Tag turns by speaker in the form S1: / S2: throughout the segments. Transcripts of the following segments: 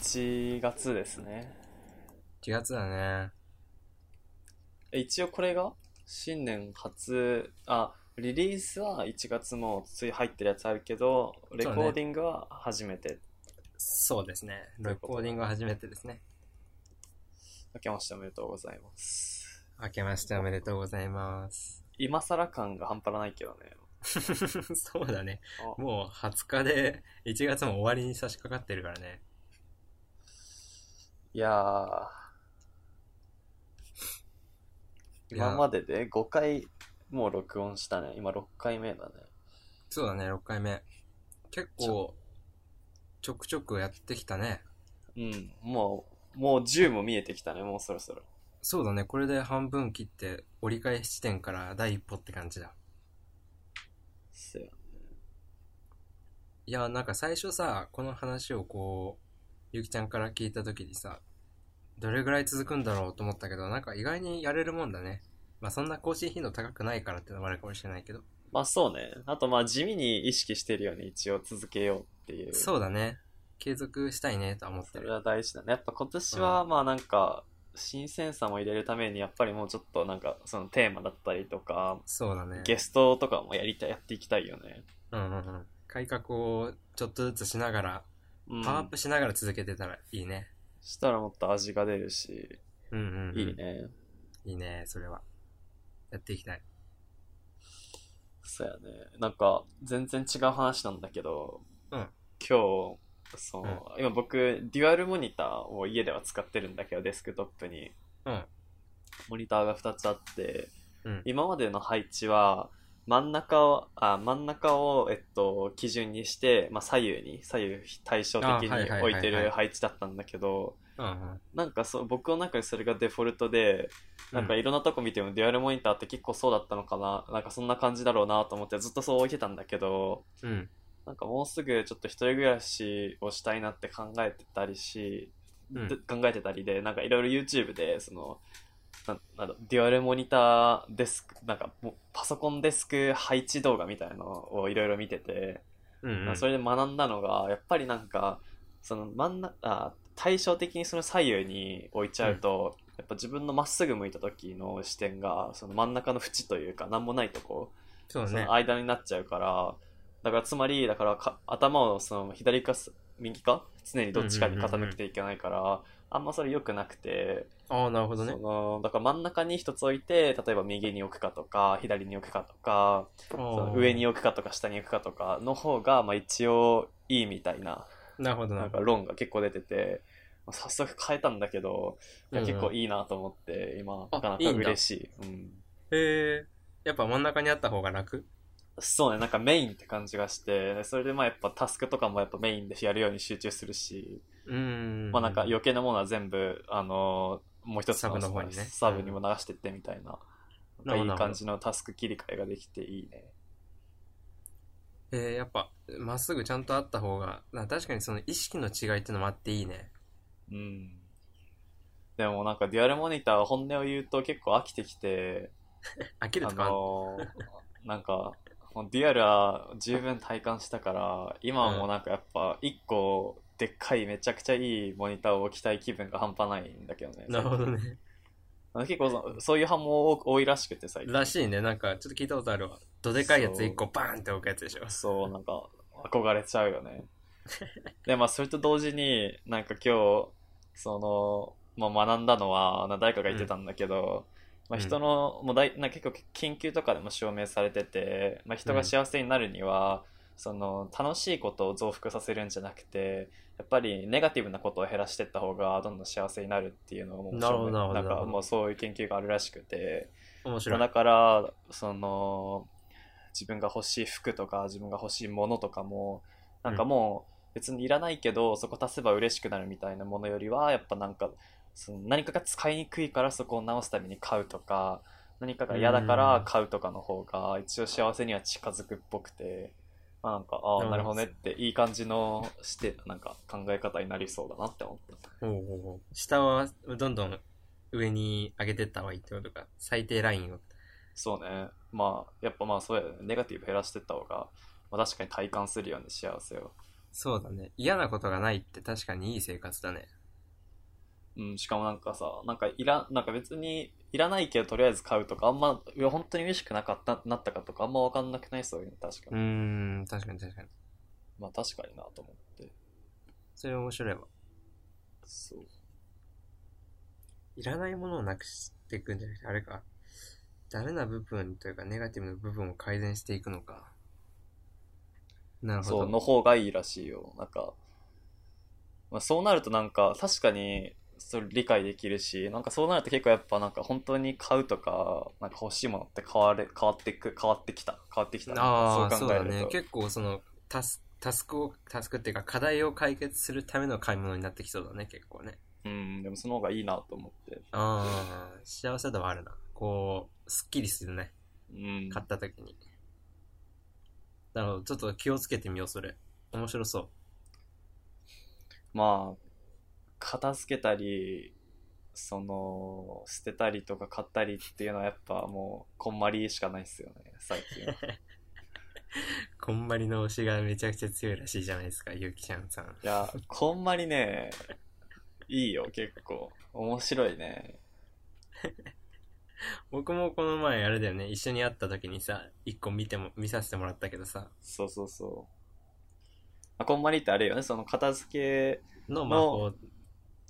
S1: 1月ですね。
S2: 1月だね。
S1: え一応これが新年初、あ、リリースは1月もつい入ってるやつあるけど、レコーディングは初めて。
S2: そうですね。
S1: とい
S2: レ
S1: うことで
S2: コーディングは初めてですね。
S1: 明けましておめでとうございます。
S2: 明けましておめでとうございます。
S1: 今更感が半端ないけどね。
S2: そうだね。
S1: あ
S2: もう20日で1月も終わりに差し掛かってるからね。
S1: いやー。
S2: いや
S1: 今までで5回もう録音したね。今6回目だね。
S2: そうだね、6回目。結構、ちょくちょくやってきたね。
S1: うん、もう、もう10も見えてきたね、もうそろそろ。
S2: そうだね、これで半分切って折り返し地点から第一歩って感じだ。
S1: せや
S2: いや、なんか最初さ、この話をこう、ゆきちゃんから聞いた時にさ、どれぐらい続くんだろうと思ったけど、なんか意外にやれるもんだね。まあそんな更新頻度高くないからってのもあるかもしれないけど。
S1: まあそうね。あとまあ地味に意識してるように一応続けようっていう。
S2: そうだね。継続したいねとは思って
S1: それ
S2: る。
S1: は大事だね。やっぱ今年はまあなんか、新鮮さも入れるためにやっぱりもうちょっとなんかそのテーマだったりとか、
S2: そうだね。
S1: ゲストとかもやりたい、やっていきたいよね。
S2: うんうんうん。改革をちょっとずつしながら、
S1: うん。
S2: パワーアップしながら続けてたらいいね。
S1: したらもっと味が出るし、
S2: うんうん、うん。
S1: いい。ね。
S2: いいね、それは。やっていきたい。
S1: そうやね。なんか、全然違う話なんだけど、
S2: うん
S1: 今日、その、今僕、デュアルモニターを家では使ってるんだけど、デスクトップに。
S2: うん。
S1: モニターが2つあって、
S2: うん
S1: 今までの配置は、真ん中を、あ、真ん中を、えっと、基準にして、まあ、左右に、左右対称
S2: あは
S1: 的
S2: いはいはいは
S1: に
S2: い
S1: 置いてる配置だったんだけど、
S2: うんうん。
S1: なんかそう、僕の中でそれがデフォルトで、なんか
S2: うん
S1: いろんなとこ見てもデュアルモニターって結構そうだったのかな、なんかそんな感じだろうなと思ってずっとそう置いてたんだけど、
S2: うん。
S1: なんかもうすぐちょっと一人暮らしをしたいなって考えてたりし、
S2: うん
S1: で考えてたりで、なんかいろいろ YouTube で、その、ななんだデュアルモニターデスク、なんかもうパソコンデスク配置動画みたいなのをいろいろ見てて、
S2: うん、うん。
S1: それで学んだのが、やっぱりなんか、その真ん中、あ対照的にその左右に置いちゃうと、やっぱ自分のまっすぐ向いた時の視点が、その真ん中の縁というか、なんもないとこ、
S2: そうだ
S1: そ
S2: ね
S1: の。間になっちゃうから、だからつまり、だからか頭をその左かす右か、常にどっちかに傾けていけないから、あんまそれ良くなくて、
S2: ああ、なるほ
S1: そ
S2: どね。
S1: のだから真ん中に一つ置いて、例えば右に置くかとか、左に置くかとか、その上に置くかとか下に置くかとかの方が、まあ一応いいみたいな、
S2: なるほどな
S1: な
S2: る
S1: ん
S2: ほ
S1: か論が結構出てて、まあ早速変えたんだけど、いや
S2: うんうん
S1: 結構いいなと思って、今、
S2: あ
S1: なかないか
S2: いんだ
S1: 嬉しい。うん
S2: ど。へえ。やっぱ真ん中にあった方が楽
S1: そうね、なんかメインって感じがして、それでまあやっぱタスクとかもやっぱメインでやるように集中するし、
S2: うーん。
S1: まあなんか余計なものは全部、あのーもう一つ
S2: サブの方にね
S1: サブにも流してってみたいな、な
S2: うん
S1: んかい
S2: なるほどないるほど
S1: 感じのタスク切り替えができていいね。
S2: えー、やっぱ、まっすぐちゃんとあった方が、な確かにその意識の違いってのもあっていいね。
S1: うん。でもなんかデュアルモニター本音を言うと結構飽きてきて、
S2: 飽きる
S1: あ
S2: とか、
S1: のーなんか、もうデュアルは十分体感したから、今はもうなんかやっぱ一個でっかいめちゃくちゃいいモニターを置きたい気分が半端ないんだけどね。
S2: なるほどね。
S1: あの結構そそういう派も多多いらしくて最近。
S2: らしいね。なんか、ちょっと聞いたことあるわ。どでかいやつ一個バーンって置くやつでしょ。
S1: そう、なんか憧れちゃうよ ね。で、まあそれと同時に、なんか今日、その、まあ学んだのは、な誰かが言ってたんだけど、まあ人の、もうだいなんか結構研究とかでも証明されてて、まあ人が幸せになるには、その楽しいことを増幅させるんじゃなくてやっぱりネガティブなことを減らしていった方がどんどん幸せになるっていうのをもう
S2: なるほどなるほど
S1: んかもうそういう研究があるらしくて
S2: 面
S1: まあ
S2: 白い。
S1: だからその自分が欲しい服とか自分が欲しいものとかもなんかもう別にいらないけど、そこ足せば嬉しくなるみたいなものよりはやっぱなんかその何かが使いにくいからそこを直すために買うとか何かが嫌だから買うとかの方が一応幸せには近づくっぽくて、まあ、なんかああ
S2: うん
S1: なるほどねっていい感じのしてなんか考え方になりそうだなって思った
S2: ほうほうほう下は、どんどん上に上げてった方がいいってことか。最低ラインを。
S1: そうねまあやっぱまあそうやねネガティブ減らしてった方が、まあ、確かに体感するよね幸せを
S2: そうだね。嫌なことがないって確かにいい生活だね。
S1: うん、しかもなんかさ、なんかいら、なんか別にいらないけどとりあえず買うとか、あんま、いや本当に嬉しくなかった、なったかとかあんまわかんなくないそういうの確か
S2: う
S1: に。
S2: ーん、確かに確かに。
S1: まあ確かになと思って。
S2: それ面白いわ。
S1: そう。
S2: いらないものをなくしていくんじゃなくて、あれか。ダメな部分というか、ネガティブな部分を改善していくのか。なるほど。
S1: そう、の方がいいらしいよ。なんか、まあ、そうなるとなんか、確かに、それ理解できるし、なんかそうなると結構やっぱなんか本当に買うとか、なんか欲しいものって変われ、変わってく、変わってきた、変わってきたね。
S2: ああ、そう
S1: 考え
S2: だ
S1: ると
S2: ね。結構その、タス、タスクを、タスクっていうか、課題を解決するための買い物になってきそうだね、結構ね。
S1: うん、でもその方がいいなと思って。
S2: ああ、幸せ度はあるな。こう、すっきりするね。
S1: うん。
S2: 買った時に。なるほど。ちょっと気をつけてみよう、それ。面白そう。
S1: まあ、片付けたり、その、捨てたりとか買ったりっていうのはやっぱもう、こんまりしかないっすよね、最近は。
S2: こんまりの推しがめちゃくちゃ強いらしいじゃないですか、ゆきちゃんさん。
S1: いや、こんまりね、いいよ、結構。面白いね。
S2: 僕もこの前あれだよね、一緒に会った時にさ、一個見ても、見させてもらったけどさ、
S1: そうそうそう。あこんまりってあれよね、その片付け、
S2: の魔法、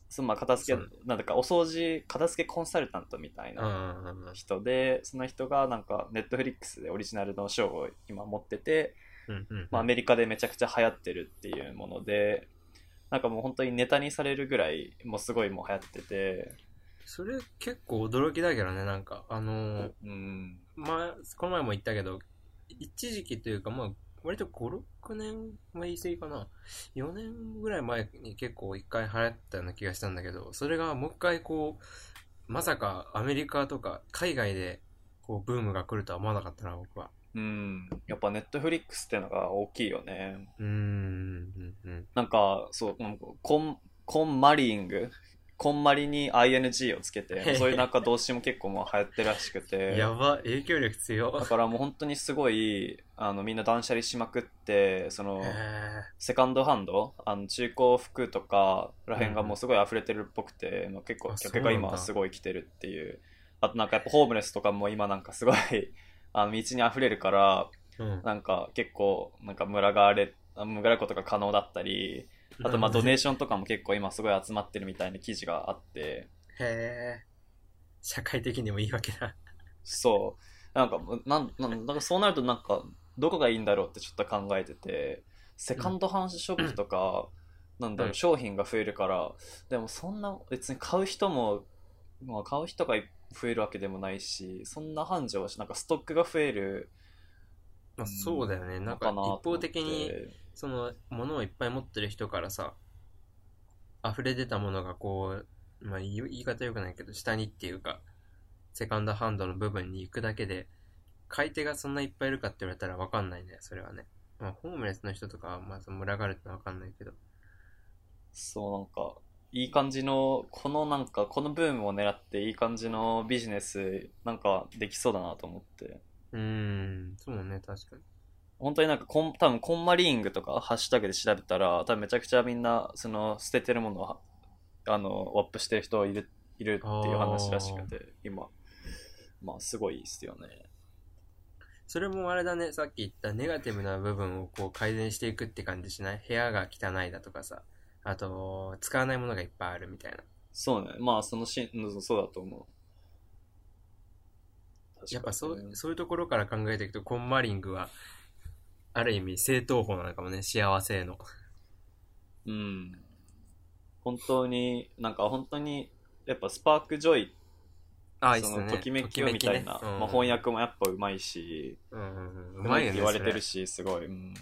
S1: そのまあ片付け
S2: そう、
S1: なんだかお掃除、片付けコンサルタントみたい
S2: うんう
S1: なん
S2: うんうん。
S1: 人で、その人がなんか、ネットフリックスでオリジナルの賞を今持ってて、
S2: うんうんうん
S1: まあ、アメリカでめちゃくちゃ流行ってるっていうもので、なんかもう本当にネタにされるぐらい、もうすごいもう流行ってて、
S2: それ結構驚きだけどね、なんか、あのー、
S1: うん、
S2: まあ、この前も言ったけど、一時期というか、まあ、割と5、6年前以いかな。4年ぐらい前に結構一回流行ったような気がしたんだけど、それがもう一回こう、まさかアメリカとか海外でこうブームが来るとは思わなかったな、僕は。
S1: うん、やっぱネットフリックスってのが大きいよね。
S2: うーん、うん、うん。
S1: なんか、そう、なんかコン、コンマリング、コンマリに ING をつけて、そういうなんか動詞も結構もう流行ってるらしくて、
S2: やば、影響力
S1: だ
S2: 強。
S1: からもう本当にすごい、あの、みんな断捨離しまくって、その
S2: へ、ー
S1: セカンドハンド、あの中古服とからへんがもうすごい溢れてるっぽくて、まあ結構
S2: あ
S1: 客が
S2: そうなん
S1: 今
S2: だ
S1: すごい来てるっていう。あとなんかやっぱホームレスとかも今なんかすごい あの道に溢れるから、
S2: うん。
S1: なんか結構なんか群がれ、群がることが可能だったり、あとまあドネーションとかも結構今すごい集まってるみたいな記事があって、
S2: へー社会的にもいいわけだ。
S1: そう、なんか、なんなんなんかそうなるとなんか、どこがいいんだろうってちょっと考えてて、セカンドハンドショップとか、なんだろう、
S2: うん
S1: 商品が増えるから、でもそんな、別に買う人も、まあ、買う人が増えるわけでもないし、そんな繁盛はし、なんかストックが増える
S2: まあ、そうだよね。なん
S1: の
S2: か
S1: か
S2: 一
S1: なと思って。
S2: 方的にその物をいっぱい持ってる人からさ溢れ出たものがこう、まあ、言う言い方よくないけど下にっていうかセカンドハンドの部分に行くだけで買い手がそんないっぱいいるかって言われたら分かんないねそれはね、まあ、ホームレスの人とかはまず群がるってのは分かんないけど
S1: そう、なんか、いい感じの、このなんか、このブームを狙って、いい感じのビジネス、なんか、できそうだなと思って。
S2: うーんそうね確かに
S1: 本当になんかこん、多分コンマリングとか、ハッシュタグで調べたら、多分めちゃくちゃみんな、その、捨ててるものを、あの、ワップしてる人いる、いるっていう話らしくて、今。まあ、すごいですよね。
S2: それもあれだねさっき言ったネガティブな部分をこう改善していくって感じしない部屋が汚いだとかさあと使わないものがいっぱいあるみたいな
S1: そうね。まあ、そのし、うんそうだと思う。
S2: やっぱそ
S1: 確かに
S2: う
S1: ね
S2: そういうところから考えていくとコンマリングはある意味正当法なのかもね幸せへの
S1: うん。本当に、なんか本当に、やっぱスパークジョイ、
S2: あいいっ
S1: そ
S2: す
S1: の、
S2: ね
S1: ときめきよみたいな、まあ、翻、訳もやっぱうまいし、
S2: ときめきねうんうんうん、う
S1: うま
S2: ま
S1: い
S2: い
S1: って
S2: よね
S1: 言われてるし、
S2: し
S1: すごい。うん。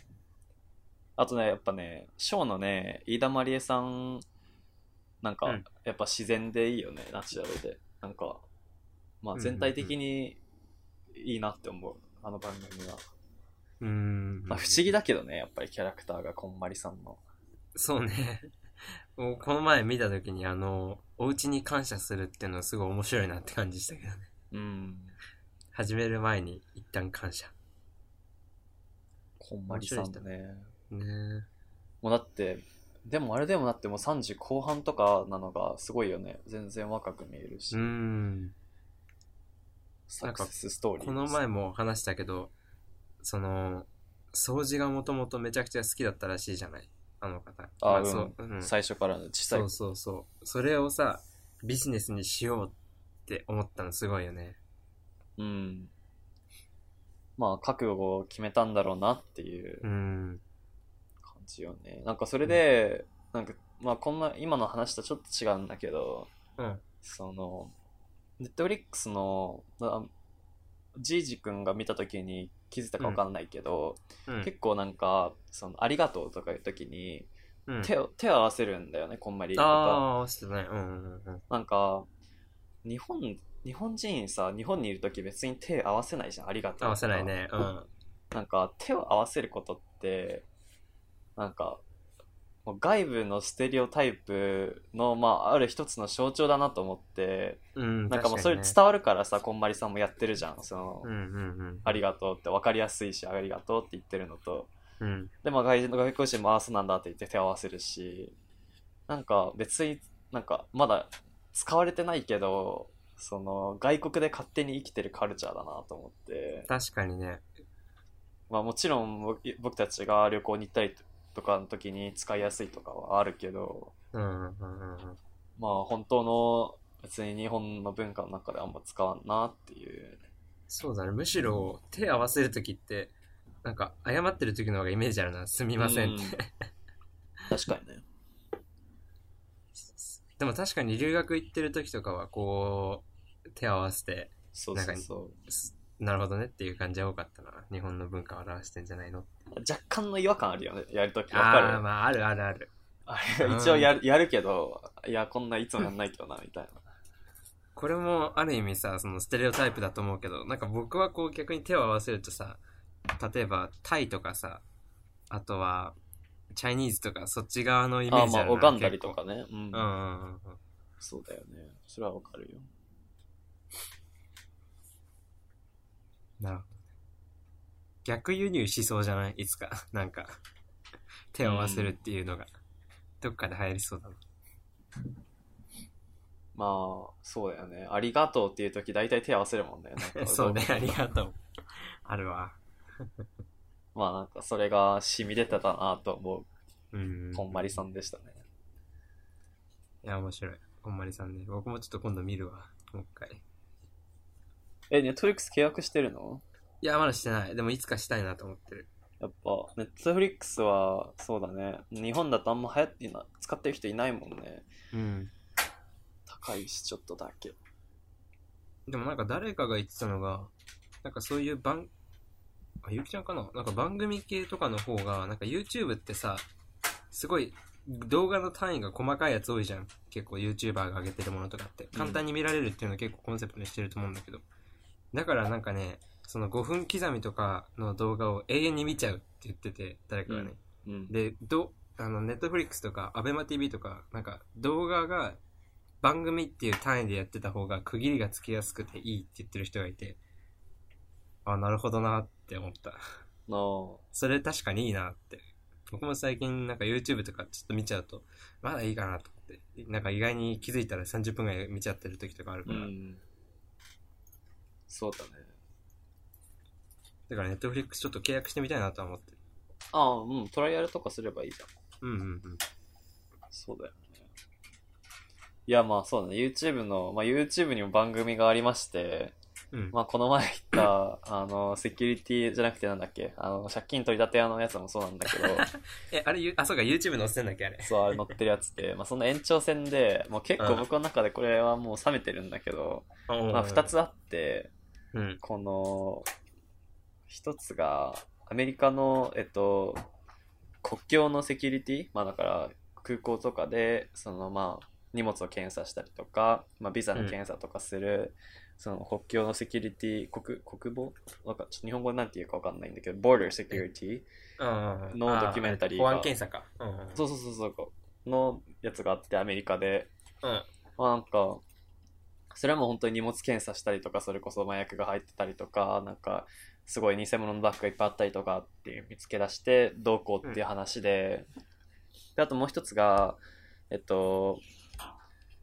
S1: あとね、やっぱね、ショーのね、飯田まりえさん、なんか、
S2: うん
S1: やっぱ自然でいいよね、ナチュラルで。なんか、まあ全体的にいいなって思う、あの番組は。
S2: うーん、
S1: まあ不思議だけどね、やっぱりキャラクターがこんまりさんの。
S2: そうね もうこの前見た時にあのお家に感謝するっていうのはすごい面白いなって感じしたけどね
S1: うん。
S2: 始める前に一旦感謝
S1: こんまりさんだね。
S2: ねえ
S1: もうだって、でもあれでもだってもう30後半とかなのがすごいよね。全然若く見えるし。
S2: うん。
S1: サクセスストーリー。
S2: この前も話したけど、その、掃除がもともとめちゃくちゃ好きだったらしいじゃないあの方。
S1: あ
S2: ま
S1: うん
S2: そう、うん。
S1: 最初からね小さい
S2: そうそうそう。それをさ、ビジネスにしようって思ったのすごいよね。
S1: うん。まあ、覚悟を決めたんだろうなっていう
S2: うん。
S1: 感じよね。なんかそれで、なんか、まあ、こんな、今の話とちょっと違うんだけど、
S2: うん。
S1: その、ネットフリックスの、あジージ君が見た時に気づいたかわかんないけど、
S2: うん
S1: 結構なんか、その、ありがとうとかいう時に、
S2: うん。
S1: 手を、手を合わせるんだよね、こんまりとか。
S2: ああ、そうだね。うんうんうん。
S1: なんか、日本、日本人さ、日本にいる時別に手合わせないじゃん、ありがとうとか。
S2: 合わせないね。うん。
S1: なんか手を合わせることってなんかもう外部のステレオタイプの、まあ、ある一つの象徴だなと思って
S2: うん。
S1: なんかもうそれ
S2: 確
S1: 伝わるからさこんまりさんもやってるじゃんその、
S2: かにねうんうんうん。
S1: ありがとうって分かりやすいしありがとうって言ってるのと
S2: うん。
S1: で、まあ、外人の外国人もああそうなんだって言って手を合わせるしなんか別になんかまだ使われてないけどその外国で勝手に生きてるカルチャーだなと思って
S2: 確かにね。
S1: まあもちろん僕僕たちが旅行に行ったりとかの時に使いやすいとかはあるけど、
S2: うんうんうんうんうん。
S1: まあ本当の別に日本の文化の中であんま使わんなっていう。
S2: そうだね。むしろ手合わせるときって、なんか謝ってるときの方がイメージあるな。すみませんって。
S1: う確かにね。
S2: でも確かに留学行ってる時とかはこう手合わせて
S1: そうそうそ
S2: すなるほどねっていう感じが多かったな日本の文化を表してんじゃないの
S1: う。若干の違和感あるよね、やるとき。わか
S2: ああ
S1: る。
S2: まああるあるある
S1: あ
S2: う
S1: れ
S2: ん
S1: 一応やるやるけど、いや、こんないつもやんないけどな、みたいな。
S2: これもある意味さそのステレオタイプだと思うけどなんか僕はこう逆に手を合わせるとさ例えばタイとかさあとはチャイニーズとかそっち側のイメ
S1: あ
S2: ー
S1: あ、
S2: ジ
S1: ま
S2: あ
S1: あ
S2: るな
S1: 拝んだりとかね。うん
S2: 結構。うんうんうんうん
S1: そうだよね。それはわかるよ。
S2: なるほどね逆輸入しそうじゃないいつか。 なんか、手を合わせるっていうのが、どっかで流行りそうだな。
S1: まあ、そうだよね。ありがとうっていうとき大体手合わせるもんね。なんか
S2: そうね、ありがとう。あるわ。
S1: まあなんかそれが染み出てたなと思
S2: うん
S1: う、。こんまりさんでしたね。
S2: いや、面白い。こんまりさんね。僕もちょっと今度見るわ。もう一回。
S1: え、ネットフリックス契約してるの
S2: いや、まだしてない。でもいつかしたいなと思ってる。
S1: やっぱ、ネットフリックスは、そうだね。日本だとあんま流行ってな、使ってる人いないもんね。
S2: うん。
S1: 高いし、ちょっとだけ。
S2: でもなんか誰かが言ってたのが、なんかそういう番、あ、ゆきちゃんかななんか番組系とかの方が、なんか YouTube ってさ、すごい動画の単位が細かいやつ多いじゃん。結構 YouTuber が上げてるものとかって。簡単に見られるっていうのを結構コンセプトにしてると思うんだけど。だからなんかね、その5分刻みとかの動画を永遠に見ちゃうって言ってて、誰かがね。
S1: うん。
S2: で、ど、あの、ネットフリックスとか、アベマ TV とか、なんか、動画が、番組っていう単位でやってた方が区切りがつきやすくていいって言ってる人がいて、あ、なるほどなって思った。
S1: の、
S2: それ確かにいいなって。僕も最近なんか YouTube とかちょっと見ちゃうと、まだいいかなと思って。なんか意外に気づいたら30分ぐらい見ちゃってる時とかあるか
S1: う
S2: ら。
S1: ん。そうだね。
S2: だからネットフリックスちょっと契約してみたいなとは思ってる。
S1: ああ、うん、トライアルとかすればいいじゃん。
S2: うんうんうん。
S1: そうだよね。いや、まあそうだね。YouTube の、まあ YouTube にも番組がありまして、
S2: うん。
S1: まあ、この前言 った、あの、セキュリティじゃなくてなんだっけ、あの、借金取り立て屋のやつもそうなんだけ ど、
S2: え、あれ、ゆあ、そうか、YouTube 載せてんだっけ、あれ。
S1: そう、あれ乗ってるやつで、まあ、その延長戦で、もう結構僕の中でこれはもう冷めてるんだけど、まあ、
S2: あ
S1: 二。つあって、
S2: うん。
S1: この、一つが、アメリカの、えっと、国境のセキュリティ、まあ、だから、空港とかで、その、まあ、荷物を検査したりとか、まあ、ビザの検査とかする、その国境のセキュリティ、国、国防なんか、ちょっと日本語なんて言うかわかんないんだけど、border security
S2: うんうん
S1: のドキュメンタリー
S2: あ
S1: が
S2: あれ保安検査か。うんうん
S1: そうそうそうそう、のやつがあって、アメリカで、
S2: うん。
S1: まあなんか、それはもう本当に荷物検査したりとか、それこそ麻薬が入ってたりとか、なんか、すごい偽物のバッグがいっぱいあったりとかって見つけ出して、どうこうっていう話で、であともう一つが、えっと、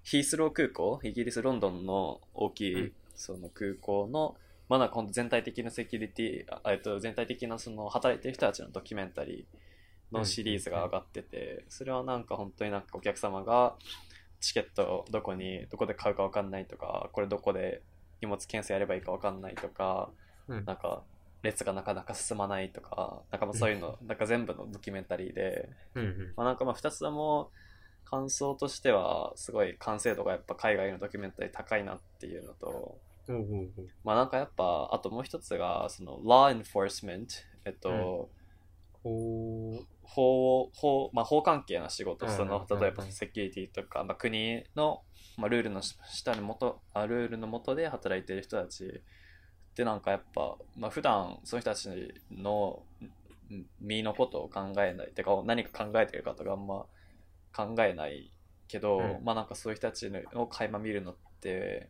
S1: ヒースロー空港、イギリス・ロンドンの大きい、
S2: うん
S1: その空港の、まだ今度全体的なセキュリティ、あえっと、全体的なその働いてる人たちのドキュメンタリーのシリーズが上がってて、それはなんか本当になんかお客様がチケットどこに、どこで買うかわかんないとか、これどこで荷物検査やればいいかわかんないとか、
S2: うん
S1: なんか列がなかなか進まないとか、なんかもうそういうの、なんか全部のドキュメンタリーで、
S2: うんうん
S1: まあ、なんかまあ2つとも感想としてはすごい完成度がやっぱ海外のドキュメンタリー高いなっていうのと
S2: おうおうおう
S1: まあなんかやっぱあともう一つがその law enforcement えっと、
S2: ほう
S1: 法を法,、まあ、法関係の仕事
S2: うんうん
S1: その
S2: うんうん
S1: 例えばセキュリティとか、まあ、国の、まあ、ルールのし下のもとあルールのもとで働いてる人たちでなんかやっぱ、まあ普段その人たちのん身のことを考えないてか何か考えてるかとかあんま考えないけど、
S2: うん
S1: まあなんかそういう人たちのを垣間見るのって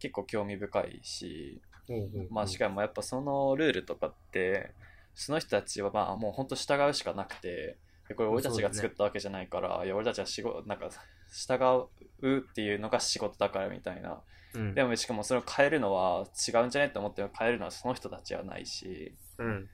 S1: 結構興味深いし
S2: おうおうおう
S1: まあしかもやっぱそのルールとかってその人たちはまあもう本当従うしかなくてでこれ俺たちが作ったわけじゃないから、いや俺たちは仕事なんか従うっていうのが仕事だからみたいな
S2: うん
S1: でもしかもそれを変えるのは違うんじゃないって思っても変えるのはその人たちはないし
S2: うん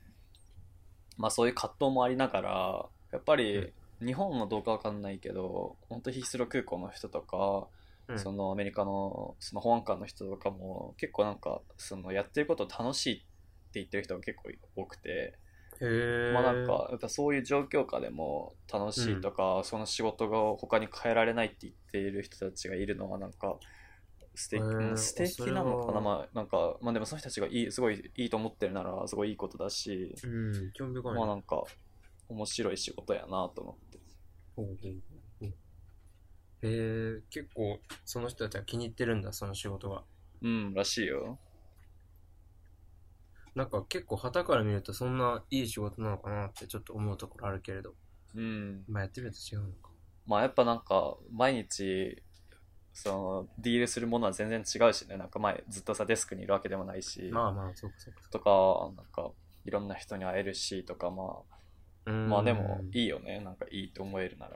S1: まあそういう葛藤もありながらやっぱり
S2: う
S1: 日本のどうかわかんないけど本当ヒースロー空港の人とか
S2: うん
S1: そのアメリカのその保安官の人とかも結構なんかそのやってること楽しいって言ってる人が結構多くて、
S2: へえ
S1: まあなんかやっぱそういう状況下でも楽しいとか、その仕事が他に変えられないって言っている人たちがいるのはなんか素敵,
S2: へー
S1: うん、素敵なのか
S2: そ
S1: な
S2: れは
S1: まあなんかまあでもその人たちがいいすごいいいと思ってるならすごいいいことだし、
S2: うん興味深い
S1: まあ
S2: な
S1: なんか面白い仕事やなと思って。
S2: ほうほうほうへえ結構その人たちは気に入ってるんだその仕事が
S1: うん、らしいよ。
S2: なんか結構旗から見るとそんないい仕事なのかなってちょっと思うところあるけれど
S1: うん。
S2: まあやってみると違うのか
S1: まあやっぱなんか毎日そのディールするものは全然違うしねなんか前ずっとさデスクにいるわけでもないし、
S2: まあまあそうかそうかそ
S1: とかなんかいろんな人に会えるしとかま
S2: う
S1: あ
S2: ま
S1: まあでもいいよねなんかいいと思えるなら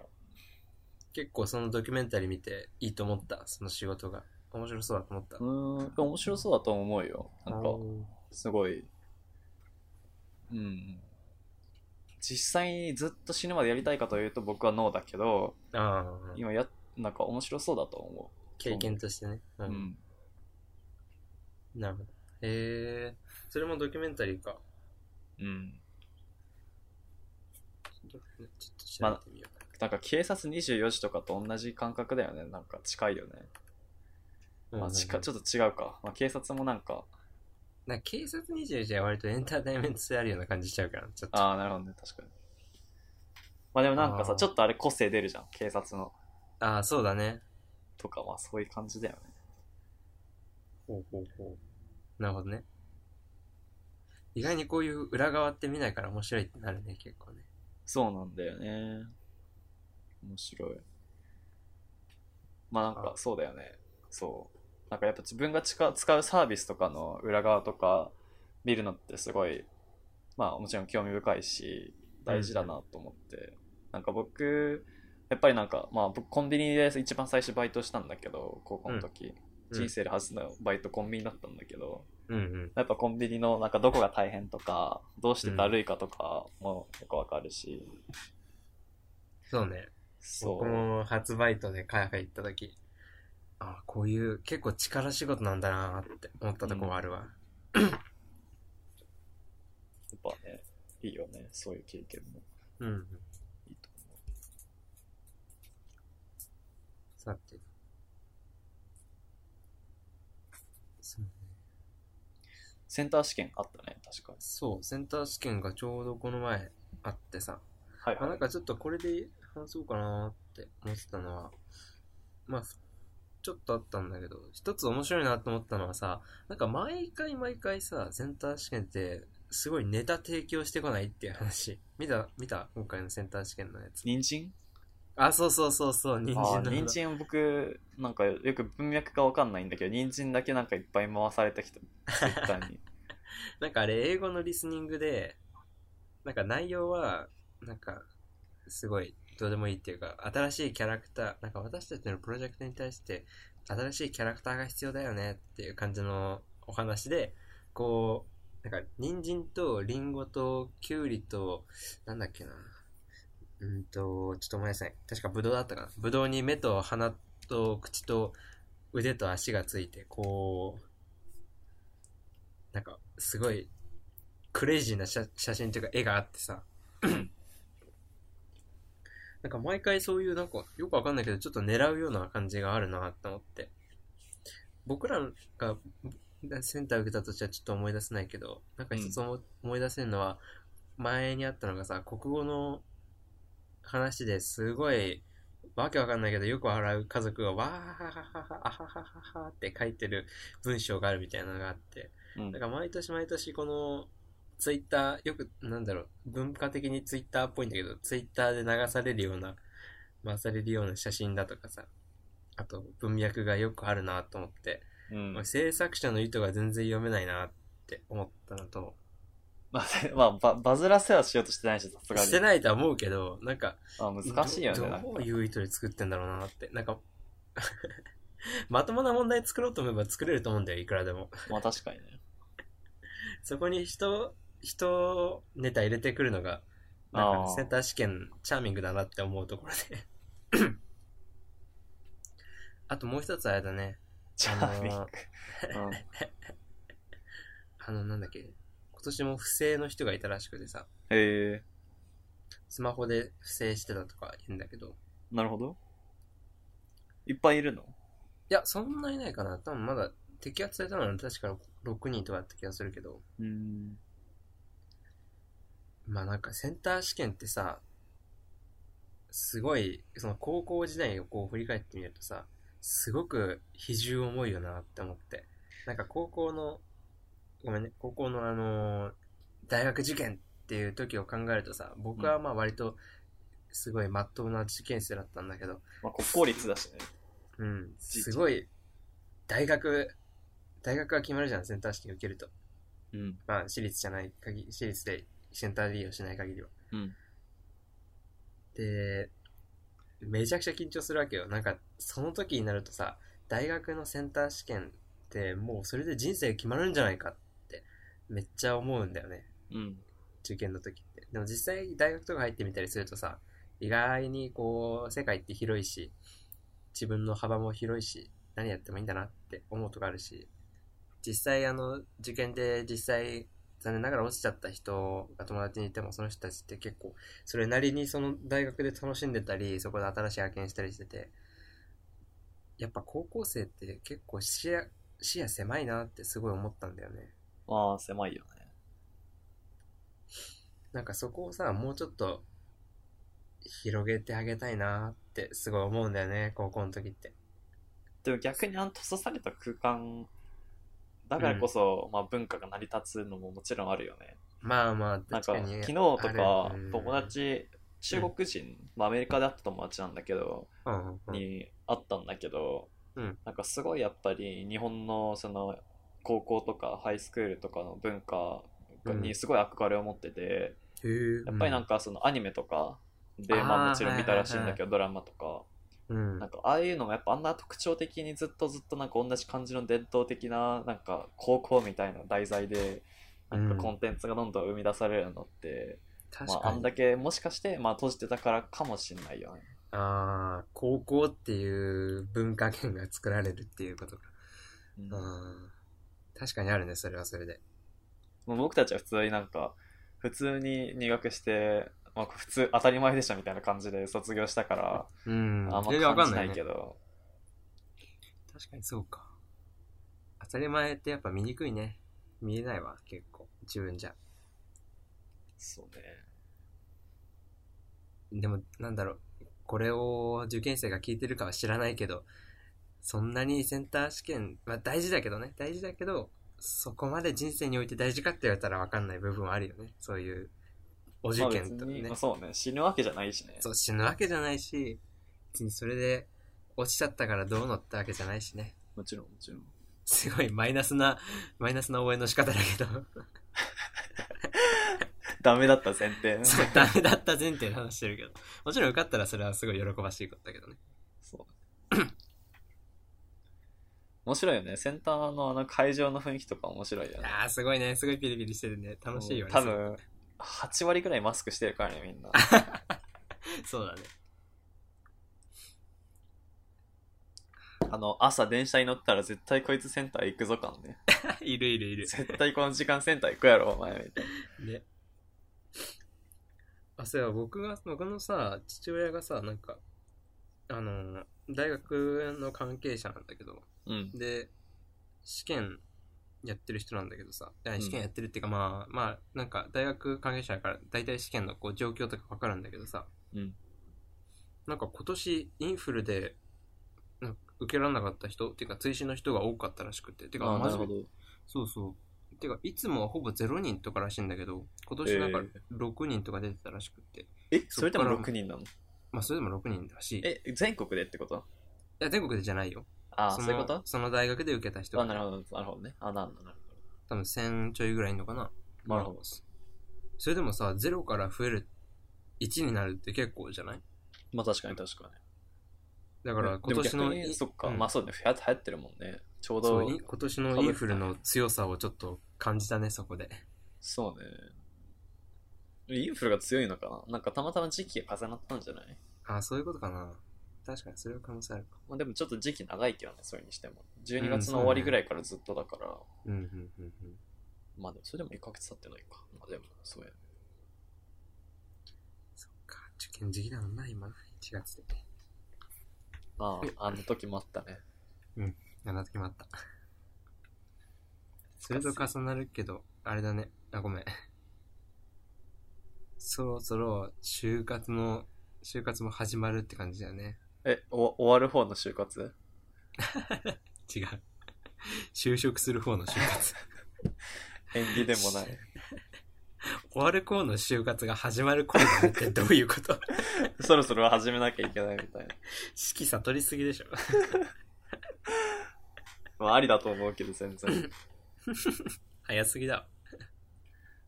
S2: 結構そのドキュメンタリー見ていいと思ったその仕事が面白そうだと思った
S1: うーん面白そうだと思うよなんか
S2: お
S1: すごいうん実際にずっと死ぬまでやりたいかというと僕はノーだけど
S2: ーああ
S1: 今やなんか面白そうだと思
S2: 経験としてねう
S1: う、うんん、
S2: なるほどへえそれもドキュメンタリーか
S1: うん、
S2: ちょっと調べてみよう
S1: なんか警察24時とかと同じ感覚だよねなんか近いよね
S2: うん
S1: まあ、ちかちょっと違うか、まあ、警察もなんか
S2: なんか警察24時は割とエンターテインメント性あるような感じしちゃうから、ちょっと。
S1: ああなるほどね確かにまあでもなんか
S2: あ
S1: さ
S2: ー
S1: ちょっとあれ個性出るじゃん警察の
S2: ああ、そうだね。
S1: とかまあそういう感じだよね
S2: ほうほうほう。なるほどね。意外にこういう裏側って見ないから面白いってなるね、結構ね。
S1: そうなんだよね面白いまあなんか
S2: あ
S1: そうだよねそうなんかやっぱ自分がちか使うサービスとかの裏側とか見るのってすごいまあもちろん興味深いし大事だなと思って、なんか僕やっぱりなんかまあ僕コンビニで一番最初バイトしたんだけど高校の時、
S2: うん
S1: 人生で初のバイトコンビニだったんだけど、
S2: うんうん。
S1: やっぱコンビニのなんかどこが大変とかどうしてだるいかとかもよくわかるし、
S2: そうね。
S1: そ
S2: 僕
S1: う
S2: も初バイトでカフェ行った時、ああ、こういう結構力仕事なんだなーって思ったとこもあるわ。
S1: やっぱねいいよねそういう経験も
S2: うん、うん。
S1: いいと思
S2: さて。そうね。
S1: うセンター試験あったね確かに
S2: そう、センター試験がちょうどこの前あってさ、
S1: はい
S2: まあ、
S1: は
S2: ないんかちょっとこれで話そうかなって思ってたのは、まあ、ふちょっとあったんだけど、一つ面白いなと思ったのはさ、なんか毎回毎回さ、センター試験って、すごいネタ提供してこないっていう話。見た見た今回のセンター試験のやつ。
S1: 人参
S2: あ、そうそうそうそう、人
S1: あ
S2: 参
S1: ー
S2: の。
S1: 人参僕なんかよく文脈がわかんないんだけど人参だけなんかいっぱい回されてきたツイッター に
S2: なんかあれ、英語のリスニングで、なんか内容は、なんか、すごいどうでもいいっていうか、新しいキャラクター、なんか私たちのプロジェクトに対して、新しいキャラクターが必要だよねっていう感じのお話で、こう、なんか、人参とリンゴとキュウリと、なんだっけな。うんと、ちょっとごめんなさい。確かブドウだったかな。ブドウに目と鼻と口と腕と足がついて、こう、なんか、すごい、クレイジーな写写真というか絵があってさ。なんか毎回そういうなんかよくわかんないけどちょっと狙うような感じがあるなと思って。僕らがセンター受けたとしてはちょっと思い出せないけど、なんか一つ思思い出せるのは、前にあったのがさ、国語の話ですごいわけわかんないけどよく笑う家族がわーはははは、あははははって書いてる文章があるみたいなのがあって、
S1: うん
S2: だから毎年毎年このツイッターよくなんだろう文化的にツイッターっぽいんだけどツイッターで流されるような回されるような写真だとかさあと文脈がよくあるなと思って、
S1: うん
S2: まあ制作者の意図が全然読めないなって思ったのと
S1: まあ、せまあバ、バズらせはしようとしてないし、さすがに。
S2: してないとは思うけどなんか
S1: あ難しいよね。
S2: ど
S1: なんか
S2: どういう意図で作ってんだろうなってなんか まともな問題作ろうと思えば作れると思うんだよいくらでも
S1: まあ確かにね。
S2: そこに人、人ネタ入れてくるのが、なん
S1: あ
S2: か
S1: ー
S2: センター試験チャーミングだなって思うところで。 あともう一つあれだね。
S1: チャーミング。
S2: あの、なんだっけ。今年も不正の人がいたらしくてさ、
S1: へ、え
S2: スマホで不正してたとか言うんだけど、
S1: ー、なるほど。いっぱいいるの
S2: いや、そんないないかな。多分まだ摘発されたのは確か6人とかだった気がするけど、
S1: うん。
S2: まあなんかセンター試験ってさ、すごい、その高校時代をこう振り返ってみるとさ、すごく比重重いよなって思って。なんか高校の、ごめんね、高校のあのー大学受験っていう時を考えるとさ、僕はまあ割と、すごい真っ当な受験生だったんだけど、
S1: まあ国公立だしね。
S2: うん、すごい、大学、大学が決まるじゃん、センター試験受けると。
S1: うん。
S2: まあ、私立じゃない限り、私立でセンター利用しない限りは。
S1: うん
S2: で、めちゃくちゃ緊張するわけよ。なんか、その時になるとさ、大学のセンター試験って、もうそれで人生決まるんじゃないかって、めっちゃ思うんだよね。
S1: うん。
S2: 受験の時って。でも実際、大学とか入ってみたりするとさ、意外にこう、世界って広いし、自分の幅も広いし、何やってもいいんだなって思うとこあるし、実際あの、受験で実際、残念ながら落ちちゃった人が友達にいても、その人たちって結構、それなりにその大学で楽しんでたり、そこで新しい派遣したりしてて、やっぱ高校生って結構視野、視野狭いなってすごい思ったんだよね。
S1: まあ、狭いよね。
S2: なんかそこをさ、もうちょっと広げてあげたいなってすごい思うんだよね、高校の時って。
S1: でも逆にあの閉ざされた空間だからこそ、まあ文化が成り立つのももちろんあるよね。
S2: まあまあ、
S1: なん
S2: 確
S1: か
S2: か
S1: 昨
S2: に。
S1: 日とか
S2: あるうん
S1: 友達、中国人、まあアメリカで会った友達なんだけど、
S2: うんうんうん
S1: に会ったんだけど、
S2: うん
S1: なんかすごいやっぱり日本のその高校とかハイスクールとかの文化にすごい憧れを持ってて、
S2: へー
S1: やっぱりなんかそのアニメとかで、ま
S2: あー
S1: あもちろん見たらしいんだけど、ドラマとか、
S2: うん
S1: なんかああいうのがやっぱあんな特徴的にずっとずっとなんか同じ感じの伝統的ななんか高校みたいな題材でなんかコンテンツがどんどん生み出されるのって、
S2: 確
S1: まあ、
S2: か
S1: あん
S2: に。
S1: だけもしかしてまあ閉じてたからかもしれないよね。
S2: ああ、高校っていう文化圏が作られるっていうことか。
S1: うん
S2: うん確かにあるね、それはそれで。
S1: もう僕たちは普通になんか普通に入学して、まあ、普通当たり前でしたみたいな感じで卒業したから、
S2: うん。
S1: あん
S2: 全然わ
S1: ま感
S2: か
S1: じ
S2: んな
S1: ないい
S2: ね
S1: けど、
S2: 確かにそうか。当たり前ってやっぱ見にくいね。見えないわ、結構。自分じゃ。
S1: そうね
S2: でも、なんだろう、これを受験生が聞いてるかは知らないけど、そんなにセンター試験、まあ大事だけどね、大事だけど、そこまで人生において大事かって言われたら分かんない部分はあるよね。そういう、お受
S1: まあ別
S2: 験とか
S1: に
S2: ね
S1: まあ。そうね死ぬわけじゃないしね
S2: そう、死ぬわけじゃないし、別にそれで落ちちゃったからどうのってわけじゃないしね。
S1: もちろんもちろん
S2: す ごいマイナスな、マイナスな応援の仕方だけど。
S1: ダメだった前提 ね。
S2: そう、ダメだった前提の話してるけど。もちろん受かったらそれはすごい喜ばしいことだけどね。
S1: そう。 面白いよね。センターのあの会場の雰囲気とか面白いよね。
S2: ああ、すごいね。すごいピリピリしてるね。楽しいよね。
S1: 多分、8割ぐらいマスクしてるからね、み んな。
S2: そう。そうだね。
S1: あの、朝電車に乗ったら絶対こいつセンター行くぞ感ね。
S2: いるいるいる。
S1: 絶対この時間センター行くやろ、お前、みたいな。
S2: ね。あ、そうや、僕が、僕のさ、父親がさ、なんか、あの、大学の関係者なんだけど、
S1: うん。
S2: で、試験やってる人なんだけどさ、いや
S1: ん
S2: 試験やってるっていうか、まあ、まあ、なんか、大学関係者だから、大体試験のこう状況とかわかるんだけどさ、
S1: うん
S2: なんか今年、インフルで、なんか受けられなかった人っていうか、追試の人が多かったらしくて、てか、
S1: ああ、
S2: マ
S1: な
S2: ジ
S1: る
S2: で
S1: ほど。
S2: そうそう。てか、いつもはほぼ0人とからしいんだけど、今年なんか
S1: え
S2: 6人とか出てたらしくって。
S1: え、それでも
S2: そっから
S1: 6人なの
S2: まあ、それでも6人らしい。い
S1: え、全国でってこと
S2: や、全国でじゃないよ。
S1: ああ、そ
S2: そ
S1: う
S2: の
S1: いうこと
S2: その大学で受けた人
S1: あ
S2: が、
S1: なるほど、なるほどね。あ、なるほど、なる
S2: 多分1000ちょいぐらいいんのかな。
S1: ほど。なるほど。
S2: それでもさ、0から増える、1になるって結構じゃない
S1: まあ確かに確かに。
S2: だ
S1: だ
S2: から今年のイン、
S1: そっか、
S2: うん
S1: まあそうね、流行流行ってるもんね。ちょう
S2: そ
S1: ど
S2: う、イン今年のインフルの強さをちょっと感じたね、そこで。
S1: そうね。インフルが強いのかななんかたまたま時期が重なったんじゃない
S2: あ、そういうことかな。確かに、それは可能性あるか。
S1: まあでもちょっと時期長いけどね、それにしても。
S2: うん
S1: 12月の終わりぐらいからずっとだから、
S2: うん、うん、うん、うん。
S1: まあでもそれでも1ヶ月経ってないか。まあでも、そうや。
S2: そっか、受験時期だもんな、今な、1月で。
S1: まあ、あの時もあったね。
S2: 7時もあ った。それと重なるけど、あれだね。あ、ごめん。そろそろ、就活の、就活も始まるって感じだよね。
S1: え、お終わる方の就活
S2: 違う。就職する方の就活。
S1: 演技でもない。
S2: 終わる方の就活が始まる頃だねってどういうこと
S1: そろそろ始めなきゃいけないみたいな。
S2: 四季悟りすぎでしょ。
S1: まあありだと思うけど、全然。
S2: 早すぎだわ。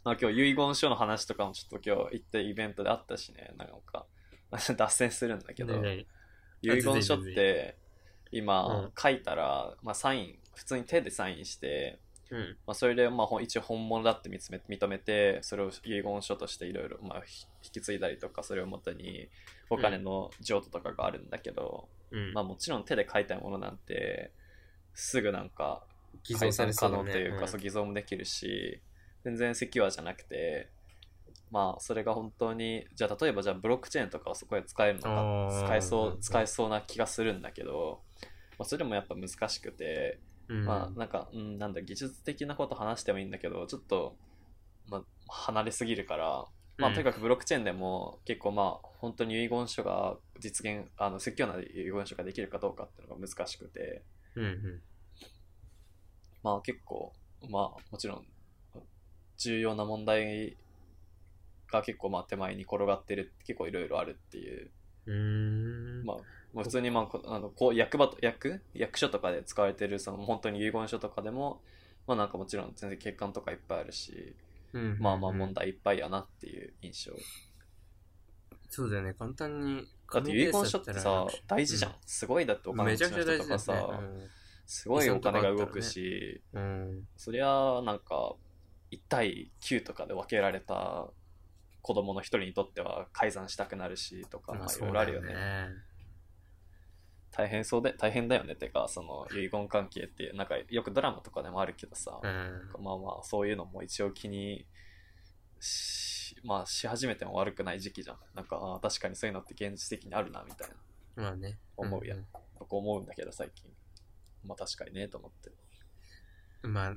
S1: まあ今日遺言書の話とかもちょっと今日行ってイベントであったしね、なんか、脱線するんだけど。
S2: ねえね
S1: 遺言書っ
S2: 全然全
S1: て
S2: う
S1: 今
S2: ん
S1: 書いたら、まあ、サイン普通に手でサインして、
S2: えうん。
S1: まあ、それでまあほん一応本物だって認め認めてそれを遺言書としていろいろまあひ引き継いだりとかそれをもとにお金の譲渡とかがあるんだけど、
S2: うん。
S1: まあ、もちろん手で書いたものなんてすぐなんか
S2: 偽
S1: 解
S2: 造さ
S1: 散
S2: れ
S1: 可
S2: そうだ
S1: 能
S2: ね。
S1: というか、そう偽造もできるし全然セキュアじゃなくてまあそれが本当にじゃあ例えばじゃあブロックチェーンとかはそこで使えるの
S2: あ
S1: か
S2: ー
S1: 使え
S2: う
S1: そ
S2: んうん
S1: う使えそうな気がするんだけど、まあ、それでもやっぱ難しくて、
S2: うん、
S1: まあなんか、うん、なんだ技術的なこと話してもいいんだけどちょっと、まあ、離れすぎるから。まあ、とに
S2: か
S1: かくブロックチェーンでも結構まあ本当に遺言書が実現あの説教な遺言書ができるかどうかっていうのが難しくて、
S2: く、うんうん。
S1: まあ結構、まあもちろん重要な問題が結構まあ手前に転がってる結構いろいろあるっていう、
S2: うーん。
S1: まあ、もう普通にまあこあのこう役場と役役所とかで使われてるその本当に遺言書とかでもまあなんかもちろん全然欠陥とかいっぱいあるし
S2: うん
S1: まあまあ問題いっぱいやなっていう印象、
S2: そうだよね、簡単に。
S1: だって遺言書って
S2: 紙
S1: さ
S2: で
S1: 大事じゃん、すごいだってお金
S2: め
S1: 持
S2: ちゃ
S1: ち
S2: く
S1: の
S2: ちゃ
S1: 人
S2: 大
S1: と
S2: 事だ
S1: かさ、
S2: よね。
S1: すごいお金が動くし、
S2: うん。うん
S1: そりゃあなんか1対9とかで分けられた子供の一人にとっては改ざんしたくなるしとか、まあ、いろいろあるよね大変そうで大変だよねってかその遺言関係ってなんかよくドラマとかでもあるけどさ、
S2: う
S1: なん
S2: ん
S1: かまあまあそういうのも一応気にし,、まあ、し始めても悪くない時期じゃんなんかああ確かにそういうのって現実的にあるなみたいな
S2: まあね。
S1: 思うやん
S2: ん
S1: 僕思うんだけど最近まあ確かにねと思って
S2: うん。まあ、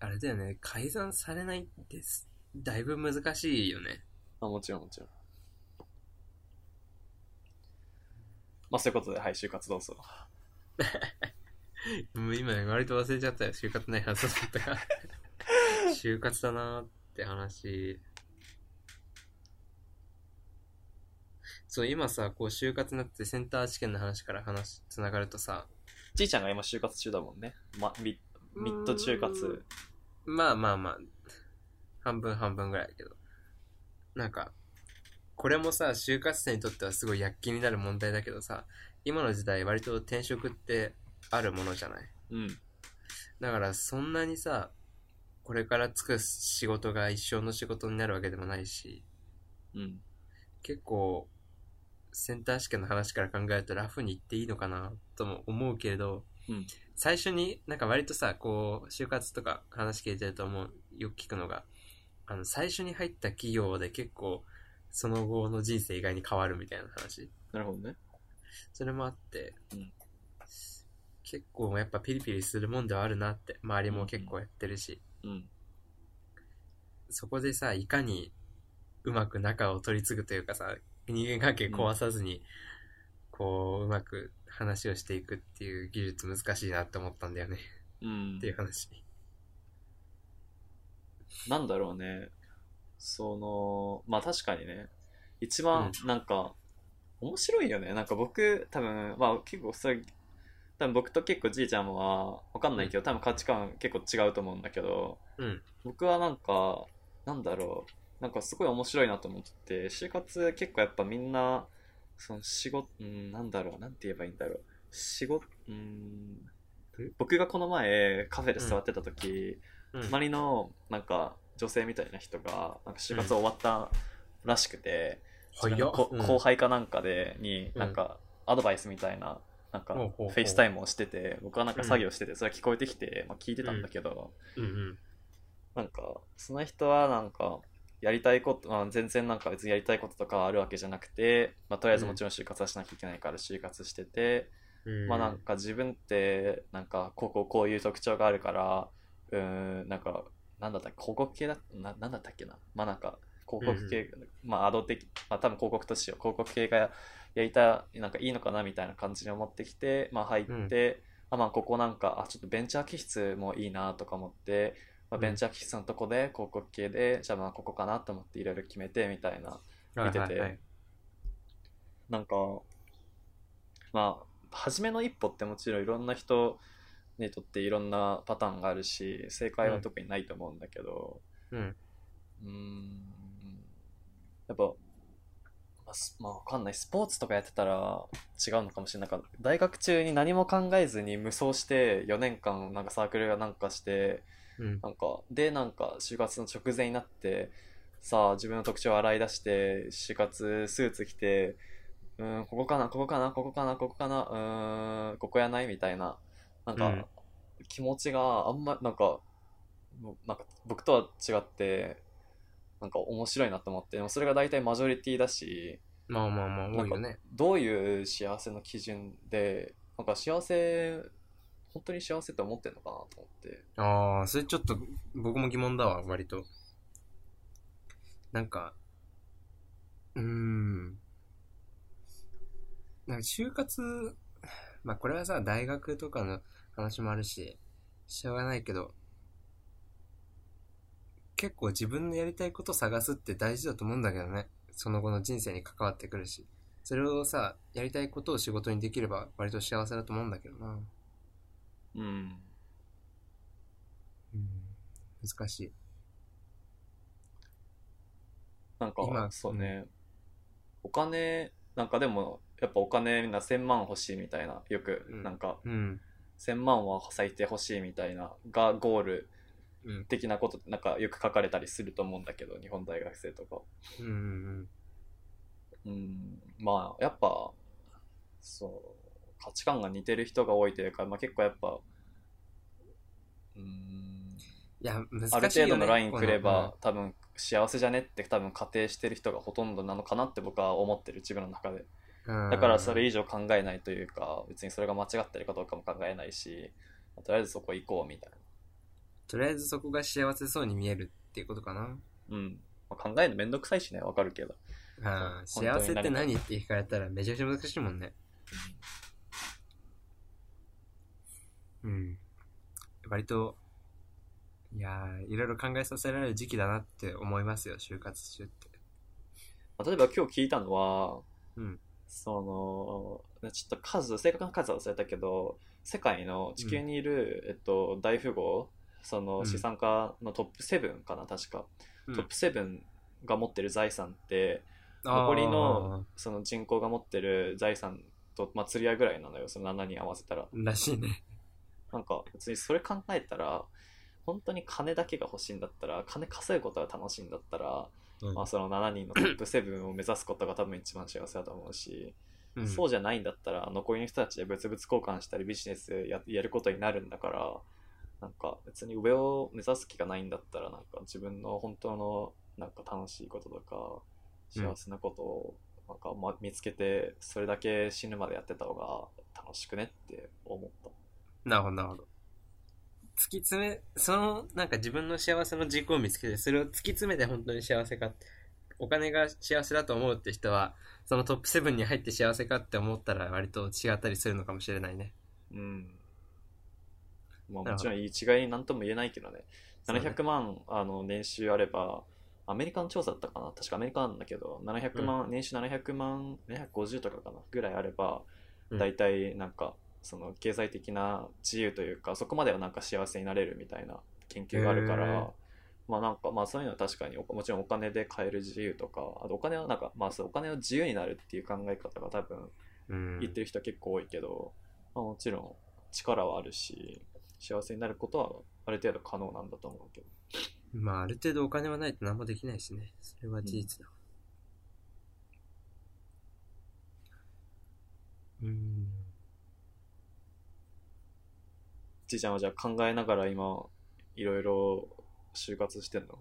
S2: あれだよね。改ざんされないです。だいぶ難しいよね。
S1: あもちろんもちろん。まあそういうことで、はい、就活どうぞ。
S2: もう今、割と忘れちゃったよ。就活ない話だっ たから。就活だなーって話。そう、今さ、こう、就活になってセンター試験の話から話、つながるとさ、
S1: じいちゃんが今就活中だもんね。ま、ミッミッド就活。
S2: まあまあまあ、半分半分ぐらいだけど。なんか、これもさ、就活生にとってはすごい躍起になる問題だけどさ、今の時代割と転職ってあるものじゃない
S1: うん。
S2: だからそんなにさ、これからつく仕事が一生の仕事になるわけでもないし、
S1: うん。
S2: 結構、センター試験の話から考えるとラフに行っていいのかなとも思うけれど、
S1: うん
S2: 最初になんか割とさ、こう、就活とか話聞いてると思う、よく聞くのが、あの、最初に入った企業で結構、その後の人生意外に変わるみたいな話。
S1: なるほどね。
S2: それもあって、
S1: うん
S2: 結構やっぱピリピリするもんではあるなって、周りも結構やってるし、
S1: うん。
S2: そこでさ、いかにうまく仲を取り継ぐというかさ、人間関係壊さずに、こう、うまく話をしていくっていう技術難しいなって思ったんだよね。
S1: うん
S2: っていう話。
S1: なんだろうね。その、まあ確かにね。一番、なんか、面白いよね。なんか僕、多分、まあ結構それ、多分僕と結構じいちゃんは、わかんないけど、多分価値観結構違うと思うんだけど、
S2: うん。
S1: 僕はなんか、なんだろう。なんかすごい面白いなと思ってて、就活結構やっぱみんな、その仕事、うん、なんだろう、なんて言えばいいんだろう。仕事、うん
S2: え、
S1: 僕がこの前カフェで座ってた時、
S2: うん。
S1: 隣のなんか女性みたいな人がなんか就活終わったらしくて、
S2: 早
S1: それ
S2: っ
S1: のこ
S2: うん
S1: 後輩かなんかでに
S2: うん
S1: なんかアドバイスみたいななんか
S2: ほうほう
S1: フ
S2: ほう
S1: ェイスタイムをしてて僕はなん
S2: う
S1: か
S2: ん
S1: 作業しててそれは聞こえてきて、まあ、聞いてたんだけど、
S2: うんうん。
S1: なんかその人はなんかやりたいこと、まあ、全然なんか別にやりたいこととかあるわけじゃなくて、まあ、とりあえずもちろん就活はしなきゃいけないから就活してて、
S2: うん
S1: まあなんか自分ってなんかこうこうこういう特徴があるからうーんなんかなんだったっけ広告系だななんだったっけなまあなんか広告系、まあアド的まあ多分広告としよう広告系がややりたいなんかいいのかなみたいな感じに思ってきてまあ入って、あまあここなんかあちょっとベンチャー気質もいいなとか思って、まあ、ベンチャー気質のとこで広告系で、じゃあまあここかなと思っていろいろ決めてみたいな見て
S2: はいはいは
S1: て
S2: い、
S1: なんか、まあ、初めの一歩ってもちろんいろんな人にとっていろんなパターンがあるし、正解は特にないと思うんだけど、
S2: うん。
S1: うーん、やっぱ、まあ、すまあ、わかんない。スポーツとかやってたら違うのかもしれない。なんか、大学中に何も考えずに無双して4年間なんかサークルがなんかして、
S2: うん。
S1: なんか、で、なんか、就活の直前になって、さあ、自分の特徴を洗い出して、就活スーツ着て、うーん、ここかな、ここかな、ここかな、ここかな、うーん、ここやないみたいな、なんか、
S2: うん
S1: 気持ちがあんま、なんか、もうなんか僕とは違って、なんか面白いなと思って、でもそれが大体マジョリティだし、
S2: まあまあまあ、多いよね。
S1: どういう幸せの基準で、なんか幸せ、本当に幸せって思ってんのかなと思って。
S2: ああ、それちょっと僕も疑問だわ、割と。なんか、うーん。なんか就活、まあこれはさ、大学とかの話もあるし、しょうがないけど、結構自分のやりたいこと探すって大事だと思うんだけどね。その後の人生に関わってくるし。それをさ、やりたいことを仕事にできれば割と幸せだと思うんだけどな。
S1: うん。
S2: うん、難しい。
S1: なんか、
S2: 今
S1: そうね、お金、なんかでも、やっぱお金みんな1000万欲しいみたいな、よく、
S2: うん
S1: なんか、
S2: うん。
S1: 1000万は最低欲しいみたいな、がゴール
S2: うん。
S1: 的なこと、なんかよく書かれたりすると思うんだけど、日本大学生とか。
S2: うんうん
S1: うん、まあ、やっぱ、そう、価値観が似てる人が多いというか、まあ結構やっぱ、うん、
S2: いや、
S1: ある
S2: 難し
S1: 程
S2: いよ、ね。
S1: 度のラインくれ
S2: こ
S1: ば
S2: の、
S1: 多分幸せじゃねって多分仮定してる人がほとんどなのかなって僕は思ってる、自分の中で。
S2: うん
S1: だからそれ以上考えないというか、別にそれが間違ってるかどうかも考えないし、とりあえずそこ行こうみたい
S2: とりあえずそこが幸せそうに見えるっていうことかな。
S1: な。うん。まあ、考えるのめんどくさいしね、わかるけど。
S2: うん
S1: そう本
S2: 幸
S1: 当
S2: せ
S1: に
S2: って何って聞かれたらめちゃくちゃ難しいもんね。うん。割と、いやー、いろいろ考えさせられる時期だなって思いますよ、就活中って。
S1: まあ例えば今日聞いたのは、
S2: うん
S1: その、ちょっと数、正確な数は忘れたけど、世界の地球にいる、えっと、大富豪、その
S2: うん
S1: 資産家のトップ7かな、確か。
S2: うん
S1: トップ7が持ってる財産って
S2: あー
S1: 残りのその人口が持ってる財産と、まあ、釣り合いぐらいなのよその7人合わせたら
S2: らしいね
S1: なんか別にそれ考えたら本当に金だけが欲しいんだったら金稼ぐことが楽しいんだったら、まあ、その7人のトップ7を目指すことが多分一番幸せだと思うし、
S2: うん
S1: そうじゃないんだったら残りの人たちで物々交換したりビジネスややることになるんだからなんか別に上を目指す気がないんだったらなんか自分の本当のなんか楽しいこととか
S2: うん
S1: 幸せなことをなんかま見つけてそれだけ死ぬまでやってた方が楽しくねって思った。
S2: なるほど、なるほど。突き詰め、その、なんか自分の幸せの軸を見つけて、それを突き詰めて本当に幸せか、お金が幸せだと思うって人は、そのトップ7に入って幸せかって思ったら割と違ったりするのかもしれないね。
S1: うん。まあ
S2: なるほど
S1: もちろん一概に何とも言えないけどね。
S2: そうね
S1: 700万、あの年収あれば、アメリカの調査だったかな確かアメリカなんだけど、700万、年収700万、750とかかなぐらいあれば、
S2: うん
S1: 大体なんか、その経済的な自由というか、そこまではなんか幸せになれるみたいな研究があるか
S2: へー
S1: ら、まあなんか、まあそういうのは確かにお、もちろんお金で買える自由とか、あとお金はなんか、まあそう、お金の自由になるっていう考え方が多分、
S2: うん。
S1: 言ってる人は結構多いけど、まあ、もちろん力はあるし幸せになることはある程度可能なんだと思うけど
S2: まあ、ある程度お金はないと何もできないしね。それは事実だ。うん。
S1: じいちゃんはじゃあ考えながら今いろいろ就活してんの、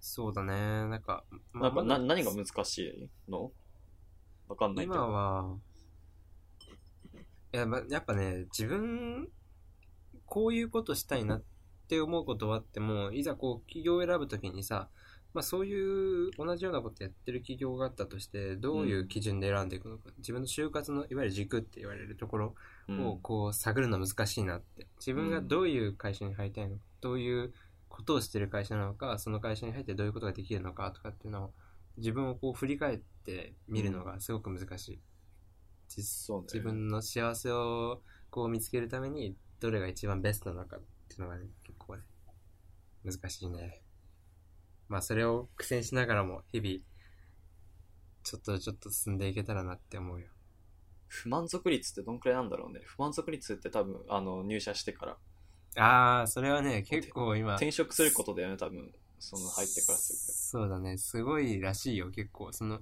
S2: そうだね。なんか、
S1: な
S2: ま
S1: んかな
S2: まだ
S1: 何が難しいのわかんないけ
S2: 今
S1: ど
S2: は、いや、ま、やっぱね、自分、こういうことしたいなって思うことはあっても、いざこう、企業を選ぶときにさ、まあそういう同じようなことやってる企業があったとして、どういう基準で選んでいくのか、自分の就活のいわゆる軸って言われるところ
S1: うん
S2: をこう探るのは難しいなって。自分がどういう会社に入りたいのか、どういうことをしてる会社なのか、その会社に入ってどういうことができるのかとかっていうのを、自分をこう振り返って見るのがすごく難しい。実
S1: そうね
S2: 自分の幸せをこう見つけるためにどれが一番ベストなのかっていうのがね結構ね難しいねまあそれを苦戦しながらも日々ちょっとちょっと進んでいけたらなって思うよ
S1: 不満足率ってどんくらいなんだろうね不満足率って多分あの入社してから
S2: ああそれはね結構今
S1: 転職することだよね多分その入ってからす
S2: そうだねすごいらしいよ結構その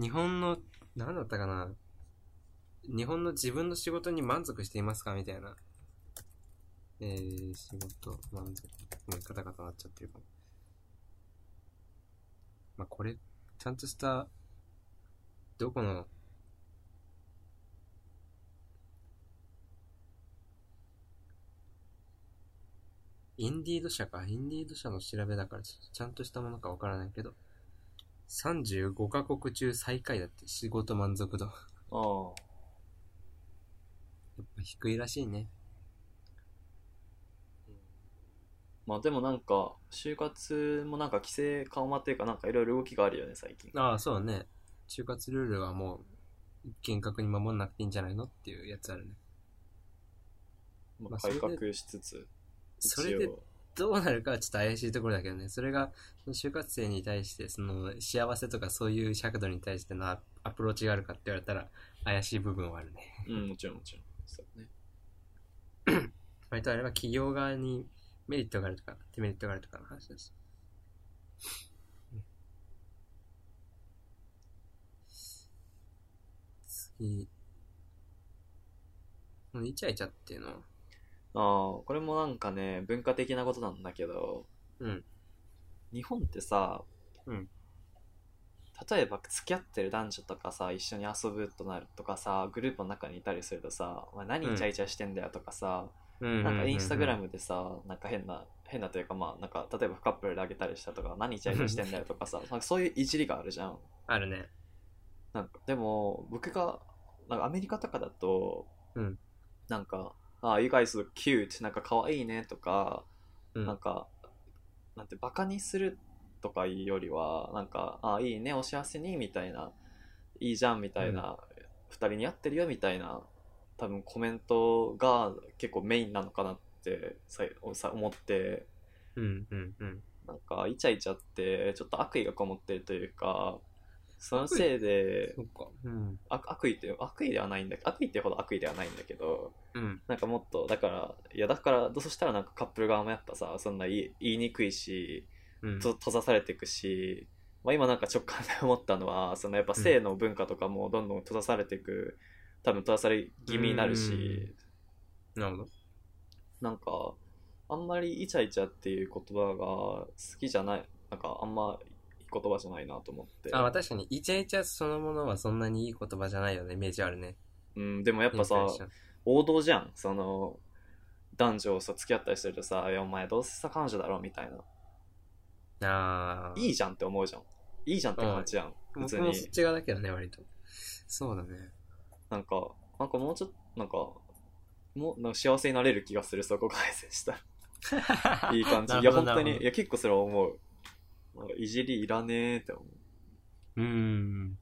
S2: 日本の何だったかな日本の自分の仕事に満足していますかみたいなえー、仕事満足もうカタカタなっちゃってるかもまあこれちゃんとしたどこのインディード社か。インディード社の調べだから、ちょっとちゃんとしたものかわからないけど、35カ国中最下位だって、仕事満足度。
S1: ぐらい
S2: や
S1: ああ
S2: っぱ低いらしいね。
S1: まあでもなんか就活もなんか規制緩和っていうかなんかいろいろ動きがあるよね最近
S2: ああ、そうね。就活ルールはもう、厳格に守んなくていいんじゃないのっていうやつあるね。
S1: ま
S2: まあ
S1: あ、
S2: それ
S1: 改
S2: で
S1: 革しつつ、
S2: それで
S1: 一応
S2: どうなるかはちょっと怪しいところだけどね。それが、就活生に対して、その、幸せとかそういう尺度に対してのアアプローチがあるかって言われたら、怪しい部分はあるね。
S1: うん、もちろんもちろん。そうね。
S2: 割とあれは企業側にメリットがあるとか、デメリットがあるとかの話だし。次。このイチャイチャっていうのは
S1: ああ、これもなんかね、文化的なことなんだけど、
S2: うん。
S1: 日本ってさ、
S2: うん
S1: 例えば付き合ってる男女とかさ、一緒に遊ぶとなるとかさ、グループの中にいたりするとさ、お前何イチャイチャしてんだよとかさ、なんかインスタグラムでさ、なんか変な、変なというかまあ、なんか例えばカップルであげたりしたとか、何イチャイチャしてんだよとか さ、なんかそういういじりがあるじゃん。
S2: あるね。
S1: なんかでも僕がなんかアメリカとかだと、
S2: うん
S1: なんか「ああ You guys look cute」なんか可愛いねとか、
S2: うん
S1: なんかなんてバカにするとかいうよりはなんか「ああいいねお幸せに」みたいな「いいじゃん」みたいな「二人に合ってるよ」みたいな多分コメントが結構メインなのかなってささ思って
S2: うんうんうん。
S1: なんかイチャイチャってちょっと悪意がこもってるというかそのせいで
S2: そっか。うん。
S1: 悪悪意って悪意ではないんだ悪意ってほど悪意ではないんだけど
S2: うん。
S1: なんかもっとだからいやだからそしたらなんかカップル側もやっぱさそんな言い言いにくいし
S2: うん。
S1: と閉ざされていくし、まあ、今なんか直感で思ったのはそのやっぱ性の文化とかもどんどん閉ざされていく多分閉ざされ気味になるし、
S2: なるほど。
S1: なんかあんまりイチャイチャっていう言葉が好きじゃないなんかあんまいい言葉じゃないなと思って、
S2: あ、まあ確かに、イチャイチャそのものはそんなにいい言葉じゃないよね。イメージあるね。
S1: うん、でもやっぱ
S2: イン
S1: さ
S2: プレッション
S1: 王道じゃんその男女をさ付き合ったりするとさ「いやお前どうせさ彼女だろ」みたいな
S2: ああ。
S1: いいじゃんって思うじゃんいいじゃんって感じじゃん、別
S2: 僕
S1: に
S2: もそっち側だけどね、割と。そうだね。
S1: なんか、なんかもうちょっと、なんか、もうなんか幸せになれる気がする、そこ改善した ら。いい感じ。
S2: ないる
S1: や、
S2: ほ
S1: 本当
S2: どなる
S1: に、
S2: ほ
S1: い
S2: ど
S1: や、結構それは思う。なんかいじりいらねえって思う。
S2: うん。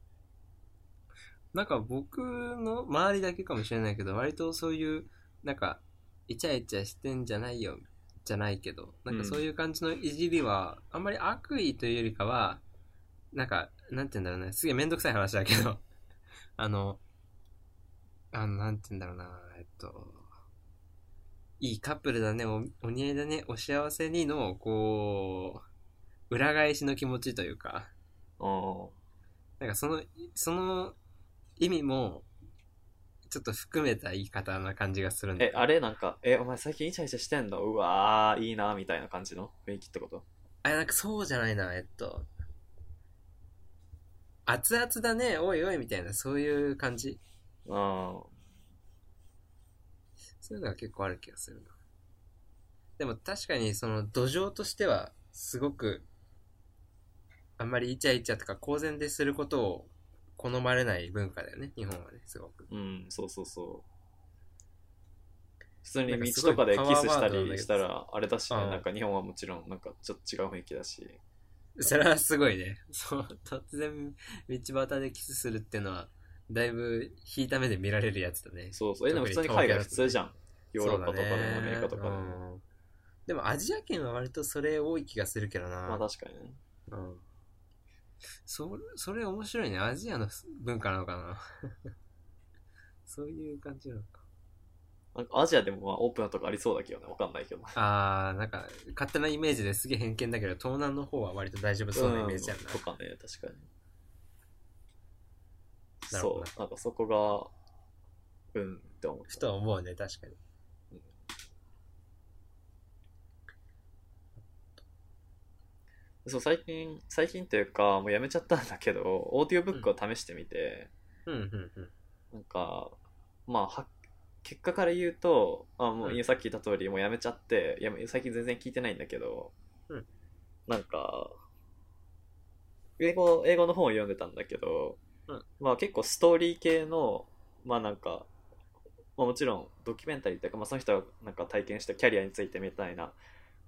S2: なんか僕の周りだけかもしれないけど、割とそういう、なんか、イチャイチャしてんじゃないよ、じゃないけど、なんかそういう感じのいじりは、あんまり悪意というよりかは、なんか、なんて言うんだろうね、すげえめんどくさい話だけど、 あの、あの、なんて言うんだろうな、えっと、いいカップルだね、おお似合いだね、お幸せにの、こう、裏返しの気持ちというか、
S1: あ
S2: なんかその、その意味も、ちょっと含めた言い方な感じがするん
S1: あ。
S2: だ
S1: え、あれなんか、え、お前最近イチャイチャしてんのうわー、いいな、みたいな感じの雰囲気ってこと
S2: あ、なんかそうじゃないな、えっと。熱々だね、おいおい、みたいな、そういう感じ。
S1: うん。
S2: そういうのが結構ある気がするな。でも確かに、その土壌としては、すごく、あんまりイチャイチャとか公然ですることを好まれない文化だよね、日本はね、すごく。
S1: うん、そうそうそう。普通
S2: なん
S1: に
S2: かすご
S1: 道
S2: い
S1: とかでキスした
S2: パワーワードなんだけ
S1: り
S2: ど
S1: したら、あれだしね、
S2: うん
S1: なんか日本はもちろん、なんかちょっと違う雰囲気だし。
S2: それはすごいね。そう、突然、道端でキスするってのは、だいぶ引いた目で見られるやつだね。
S1: そうそう。え、でも普通に海外普通じゃん。ヨーロッパとかでもアメリカとかで
S2: そうだね
S1: も。
S2: うんでもアジア圏は割とそれ多い気がするけどな。
S1: まあ確かにね。
S2: うん。それ、それ面白いね。アジアの文化なのかな。 そういう感じなのか。
S1: なんかアジアでもまあオープンなとこありそうだけどね、わかんないけど。
S2: あー、なんか、勝手なイメージですげえ偏見だけど、東南の方は割と大丈夫そうなイメージや
S1: うん
S2: な。
S1: とかね、確かに。
S2: なるほど
S1: そ
S2: な
S1: う、なんかそこが、うんって思っ
S2: ふと思うね、確かに。
S1: た。そう、最近、最近というか、もうやめちゃったんだけど、オーディオブックを試してみて、
S2: うん、うん、うん。
S1: なんか、まあは、結果から言うと、あもう
S2: うん
S1: さっき言った通り、もうやめちゃって、やめ最近全然聞いてないんだけど、
S2: うん
S1: なんか、英語、英語の本を読んでたんだけど、
S2: うん
S1: まあ結構ストーリー系の、まあなんか、まあもちろんドキュメンタリーっていうか、まあその人がなんか体験したキャリアについてみたいな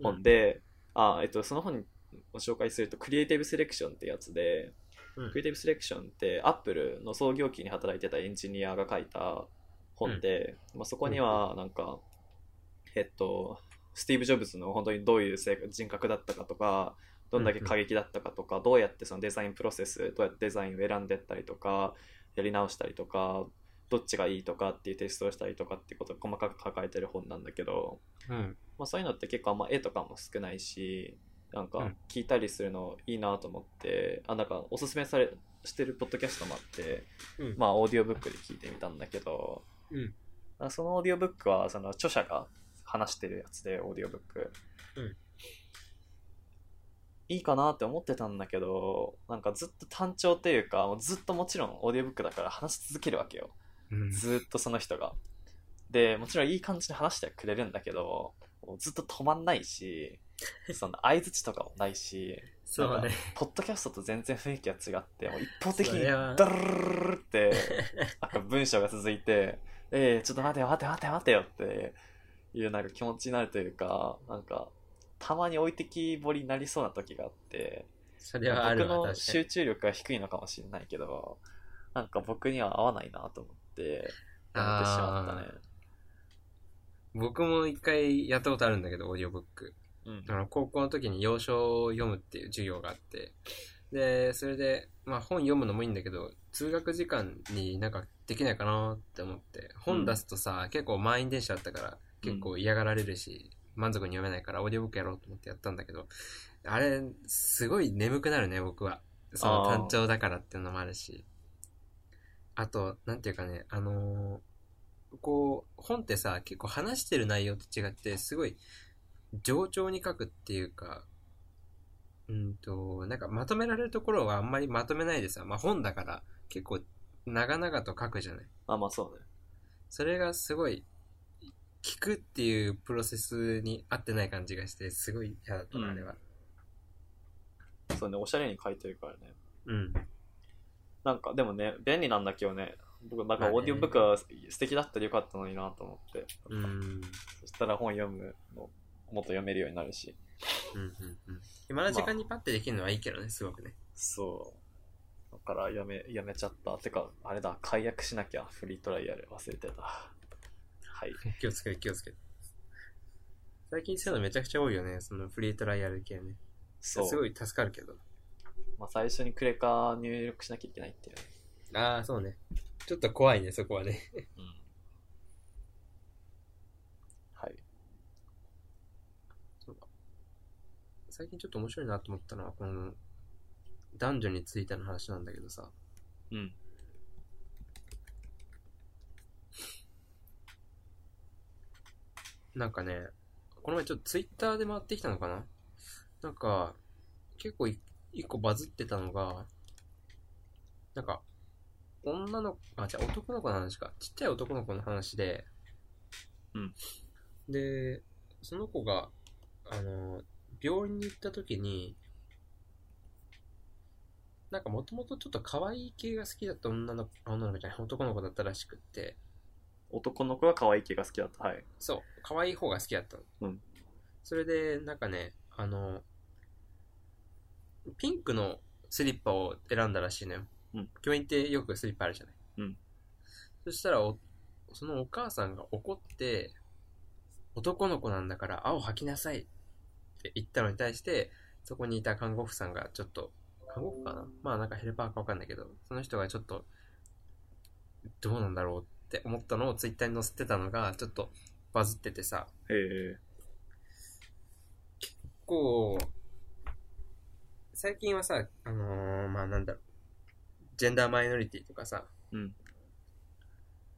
S1: 本で、あえっと、その本を紹介すると、クリエイティブセレクションってやつで、
S2: うん
S1: クリエイティブセレクションって、アップルの創業期に働いてたエンジニアが書いた本で、まあ、そこには、なんか、えっと、スティーブ・ジョブズの本当にどういう性格人格だったかとか、どんだけ過激だったかとか、どうやってそのデザインプロセス、どうやってデザインを選んでったりとか、やり直したりとか、どっちがいいとかっていうテストをしたりとかっていうことを細かく書かれてる本なんだけど、
S2: うん。
S1: まあ、そういうのって結構あんま絵とかも少ないしなん
S2: う
S1: か
S2: ん
S1: 聞いたりするのいいなと思って、あなんかおすすめされしてるポッドキャストもあって、
S2: うん
S1: まあオーディオブックで聞いてみたんだけど、
S2: うん
S1: あそのオーディオブックはその著者が話してるやつでオーディオブック、
S2: うん
S1: いいかなって思ってたんだけどなんかずっと単調というかもうずっともちろんオーディオブックだから話し続けるわけよ
S2: うん
S1: ずーっとその人が。で、もちろんいい感じに話してはくれるんだけど、もうずっと止まんないし、その相づちとかもないし、
S2: そうね。
S1: ポッドキャストと全然雰囲気が違って、もう一方的
S2: そ
S1: に
S2: れは
S1: ダルルルルルル って、なんか文章が続いて、えー、ちょっと待てよ待てよ待てよ待てよっていうなんか気持ちになるというか、なんか、たまに置いてきぼりになりそうな時があって、
S2: それはあるわ、
S1: 僕の
S2: 確かに
S1: 集。中力が低いのかもしれないけど、なんか僕には合わないなと思って、やめてしまったね。
S2: 僕も一回やったことあるんだけど、オーディオブック。
S1: うん
S2: あの高校の時に洋書を読むっていう授業があってでそれで、まあ、本読むのもいいんだけど通学時間になんかできないかなって思って本出すとさ、結構満員電車だったから結構嫌がられるし、満足に読めないからオーディオブックやろうと思ってやったんだけどあれすごい眠くなるね僕はその
S1: あー
S2: 単調だからっていうのもあるしあとなんていうかねあのーこう本ってさ結構話してる内容と違ってすごい冗長に書くっていうか、うんと、なんかまとめられるところはあんまりまとめないでさ、まあ本だから結構長々と書くじゃない。
S1: まあまあそうね。
S2: それがすごい、聞くっていうプロセスに合ってない感じがして、すごい嫌だったな、
S1: うん
S2: あれは。
S1: そうね、おしゃれに書いてるからね。
S2: うん。
S1: なんかでもね、便利なんだけどね、僕なんか
S2: まあね
S1: オーディオブックは素敵だったらよかったのになと思って、
S2: うん。うん
S1: そしたら本読むの、もっと読めるようになるし。
S2: うんうん。今の時間にパッてできるのはいいけどね、すごくね。
S1: そう。だからやめ、やめちゃった。てか、あれだ、解約しなきゃ、フリートライアル忘れてた。はい。
S2: 気をつけて気をつけて。最近そういうのめちゃくちゃ多いよね、そのフリートライアル系ね。
S1: そ
S2: すご
S1: う。
S2: い助かるけど。
S1: まあ、最初にクレカ入力しなきゃいけないっていうね。
S2: ああ、そうね。ちょっと怖いね、そこはね。
S1: うん。はい。
S2: 最近ちょっと面白いなと思ったのは、この男女についての話なんだけどさ、
S1: うん。
S2: なんかね、この前ちょっとツイッターで回ってきたのかななんか、結構い一個バズってたのが、なんか、女の子、あ、じゃ男の子の話か。ちっちゃい男の子の話で、
S1: うん。
S2: で、その子が、あの、病院に行った時に、なんかもともとちょっと可愛い系が好きだった女の子、あ女の子じゃない、男の子だったらしくって、
S1: 男の子が可愛い系が好きだった。はい。
S2: そう、可愛い方が好きだったの。
S1: うん
S2: それで、なんかね、あの、ピンクのスリッパを選んだらしいのよ。
S1: うん
S2: 教員ってよくスリッパあるじゃない。
S1: うん
S2: そしたらおそのお母さんが怒って、男の子なんだから青履きなさいって言ったのに対して、そこにいた看護婦さんがちょっと、看護婦かなまあなんかヘルパーかわかんないけど、その人がちょっと、どうなんだろうって思ったのをツイッターに載せてたのが、ちょっとバズっててさ、
S1: へえ。
S2: 結構、最近はさ、あのーまあなんだろう、ジェンダーマイノリティとかさ、
S1: うん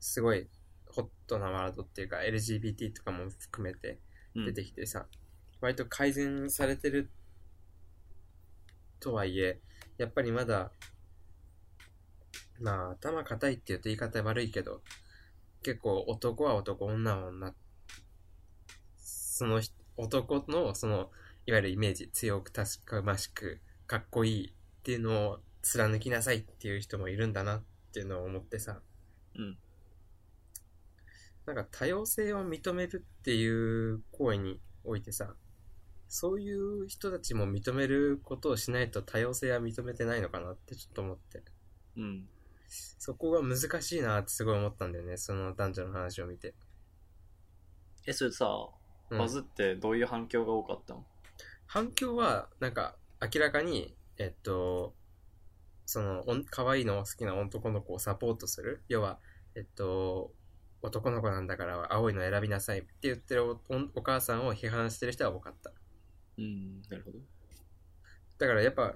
S2: すごいホットなワードっていうか、LGBT とかも含めて
S1: うん
S2: 出てきてさ、割と改善されてるとはいえ、やっぱりまだ、まあ頭固いって言うと言い方悪いけど、結構男は男、女は女、その人男のその、いわゆるイメージ強く確かましくかっこいいっていうのを貫きなさいっていう人もいるんだなっていうのを思ってさ、
S1: うん
S2: なんか多様性を認めるっていう行為においてさそういう人たちも認めることをしないと多様性は認めてないのかなってちょっと思って
S1: うん。
S2: そこが難しいなってすごい思ったんだよねその男女の話を見て、
S1: え、それさ、
S2: うん
S1: バズってどういう反響が多かったの
S2: 反響はなんか明らかにえっとそのおん可愛いのを好きな男の子をサポートする要はえっと男の子なんだから青いの選びなさいって言ってるおおんお母さんを批判してる人は多かった
S1: うん、なるほど。
S2: だからやっぱ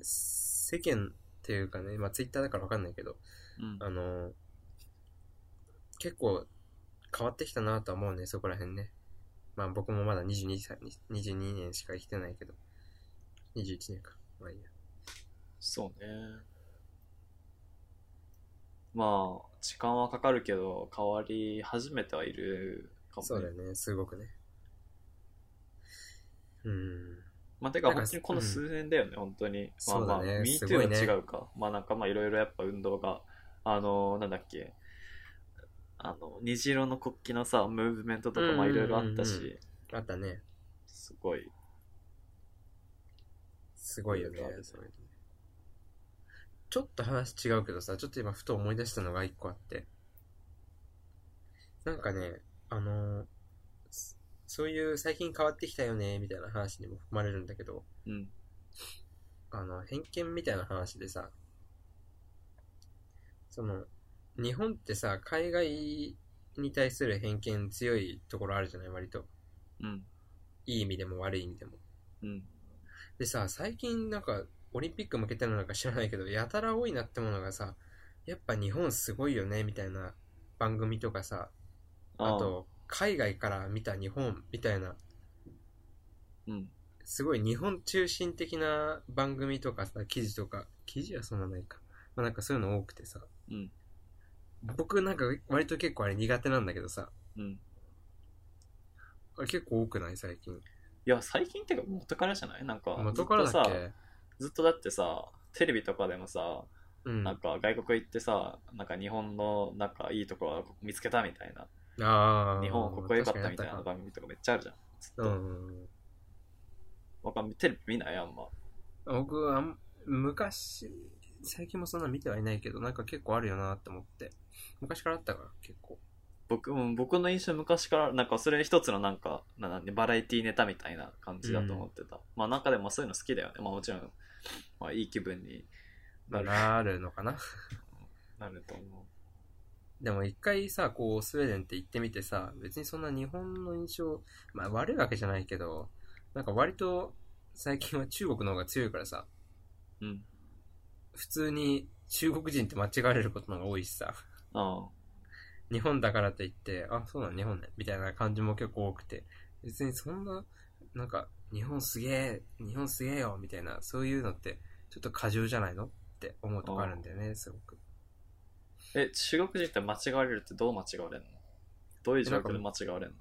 S2: 世間っていうかねまあツイッターだから分かんないけど
S1: うん。
S2: あの結構変わってきたなとは思うねそこら辺ねまあ僕もまだ22歳22年しか生きてないけど21年かまあいいや
S1: そうね。まあ、時間はかかるけど、変わり始めてはいるかもね。
S2: そうだよね、すごくね。うん。
S1: まあ、てか、
S2: なんか
S1: 本当にこの
S2: うん
S1: 数年だよね、本当に。まあ
S2: そう
S1: ま
S2: だ
S1: あ、
S2: ね
S1: Me
S2: す
S1: Too
S2: ご
S1: はい
S2: ね
S1: 違うか。まあ、なんかまあ、いろいろやっぱ運動が、あのーなんだっけ、あの、虹色の国旗のさ、ムーブメントとかもいろいろあった
S2: うんうんうん
S1: し、
S2: あったね。
S1: すごい。
S2: すごいよね
S1: いろいろある。ね
S2: そういうのちょっと話違うけどさ、ちょっと今ふと思い出したのが一個あって。なんかね、あのーすそういう最近変わってきたよね、みたいな話にも含まれるんだけど、
S1: うん。
S2: あの、偏見みたいな話でさ、その、日本ってさ、海外に対する偏見強いところあるじゃない、割と。
S1: うん。
S2: いい意味でも悪い意味でも。
S1: うん。
S2: でさ、最近なんか、オリンピック向けてるのなんか知らないけど、やたら多いなってものがさ、やっぱ日本すごいよね、みたいな番組とかさ、あと、海外から見た日本みたいな、
S1: うん。うん。
S2: すごい日本中心的な番組とかさ、記事とか、記事はそんなないか。まあなんかそういうの多くてさ、
S1: うん。
S2: 僕なんか割と結構あれ苦手なんだけどさ、
S1: うん。
S2: あれ結構多くない最近。
S1: いや、最近ってか元からじゃないなんか、
S2: 元からだっ
S1: ずっ
S2: け
S1: とさ、ずっとだってさ、テレビとかでもさ、
S2: うん。
S1: なん
S2: あ
S1: か外国行ってさ、なんか日本のなんかいいところを見つけたみたいな、
S2: あー。
S1: 日本ここ良かったみたいな
S2: 確かにあっ
S1: 番組とかめっちゃあるじゃん。ずったと
S2: か。うんうんうん。
S1: わかんテレビ見ないあんま。
S2: 僕あん昔最近もそんな見てはいないけどなんか結構あるよなって思って昔からあったから結構
S1: 僕うん僕の印象昔から、なんかそれ一つのなんか、ななんでバラエティネタみたいな感じだと思ってた。まあなんかでもそういうの好きだよね。まあもちろん、まあいい気分になる
S2: なるのかな
S1: なると思
S2: でも一回さこうスウェーデンって行ってみてさ別にそんな日本の印象、まあ、悪いわけじゃないけどなんか割と最近は中国の方が強いからさ
S1: う。うん。
S2: 普通に中国人って間違われることの方が多いしさ
S1: あ
S2: 日本だからといって、あ、そうなん、日本ね、みたいな感じも結構多くて、別にそんな、なんか、日本すげえ、日本すげえよ、みたいな、そういうのって、ちょっと過剰じゃないのって思うとこあるんだよね、すごく。
S1: え、中国人って間違われるってどう間違われるのどういう状況で間違われる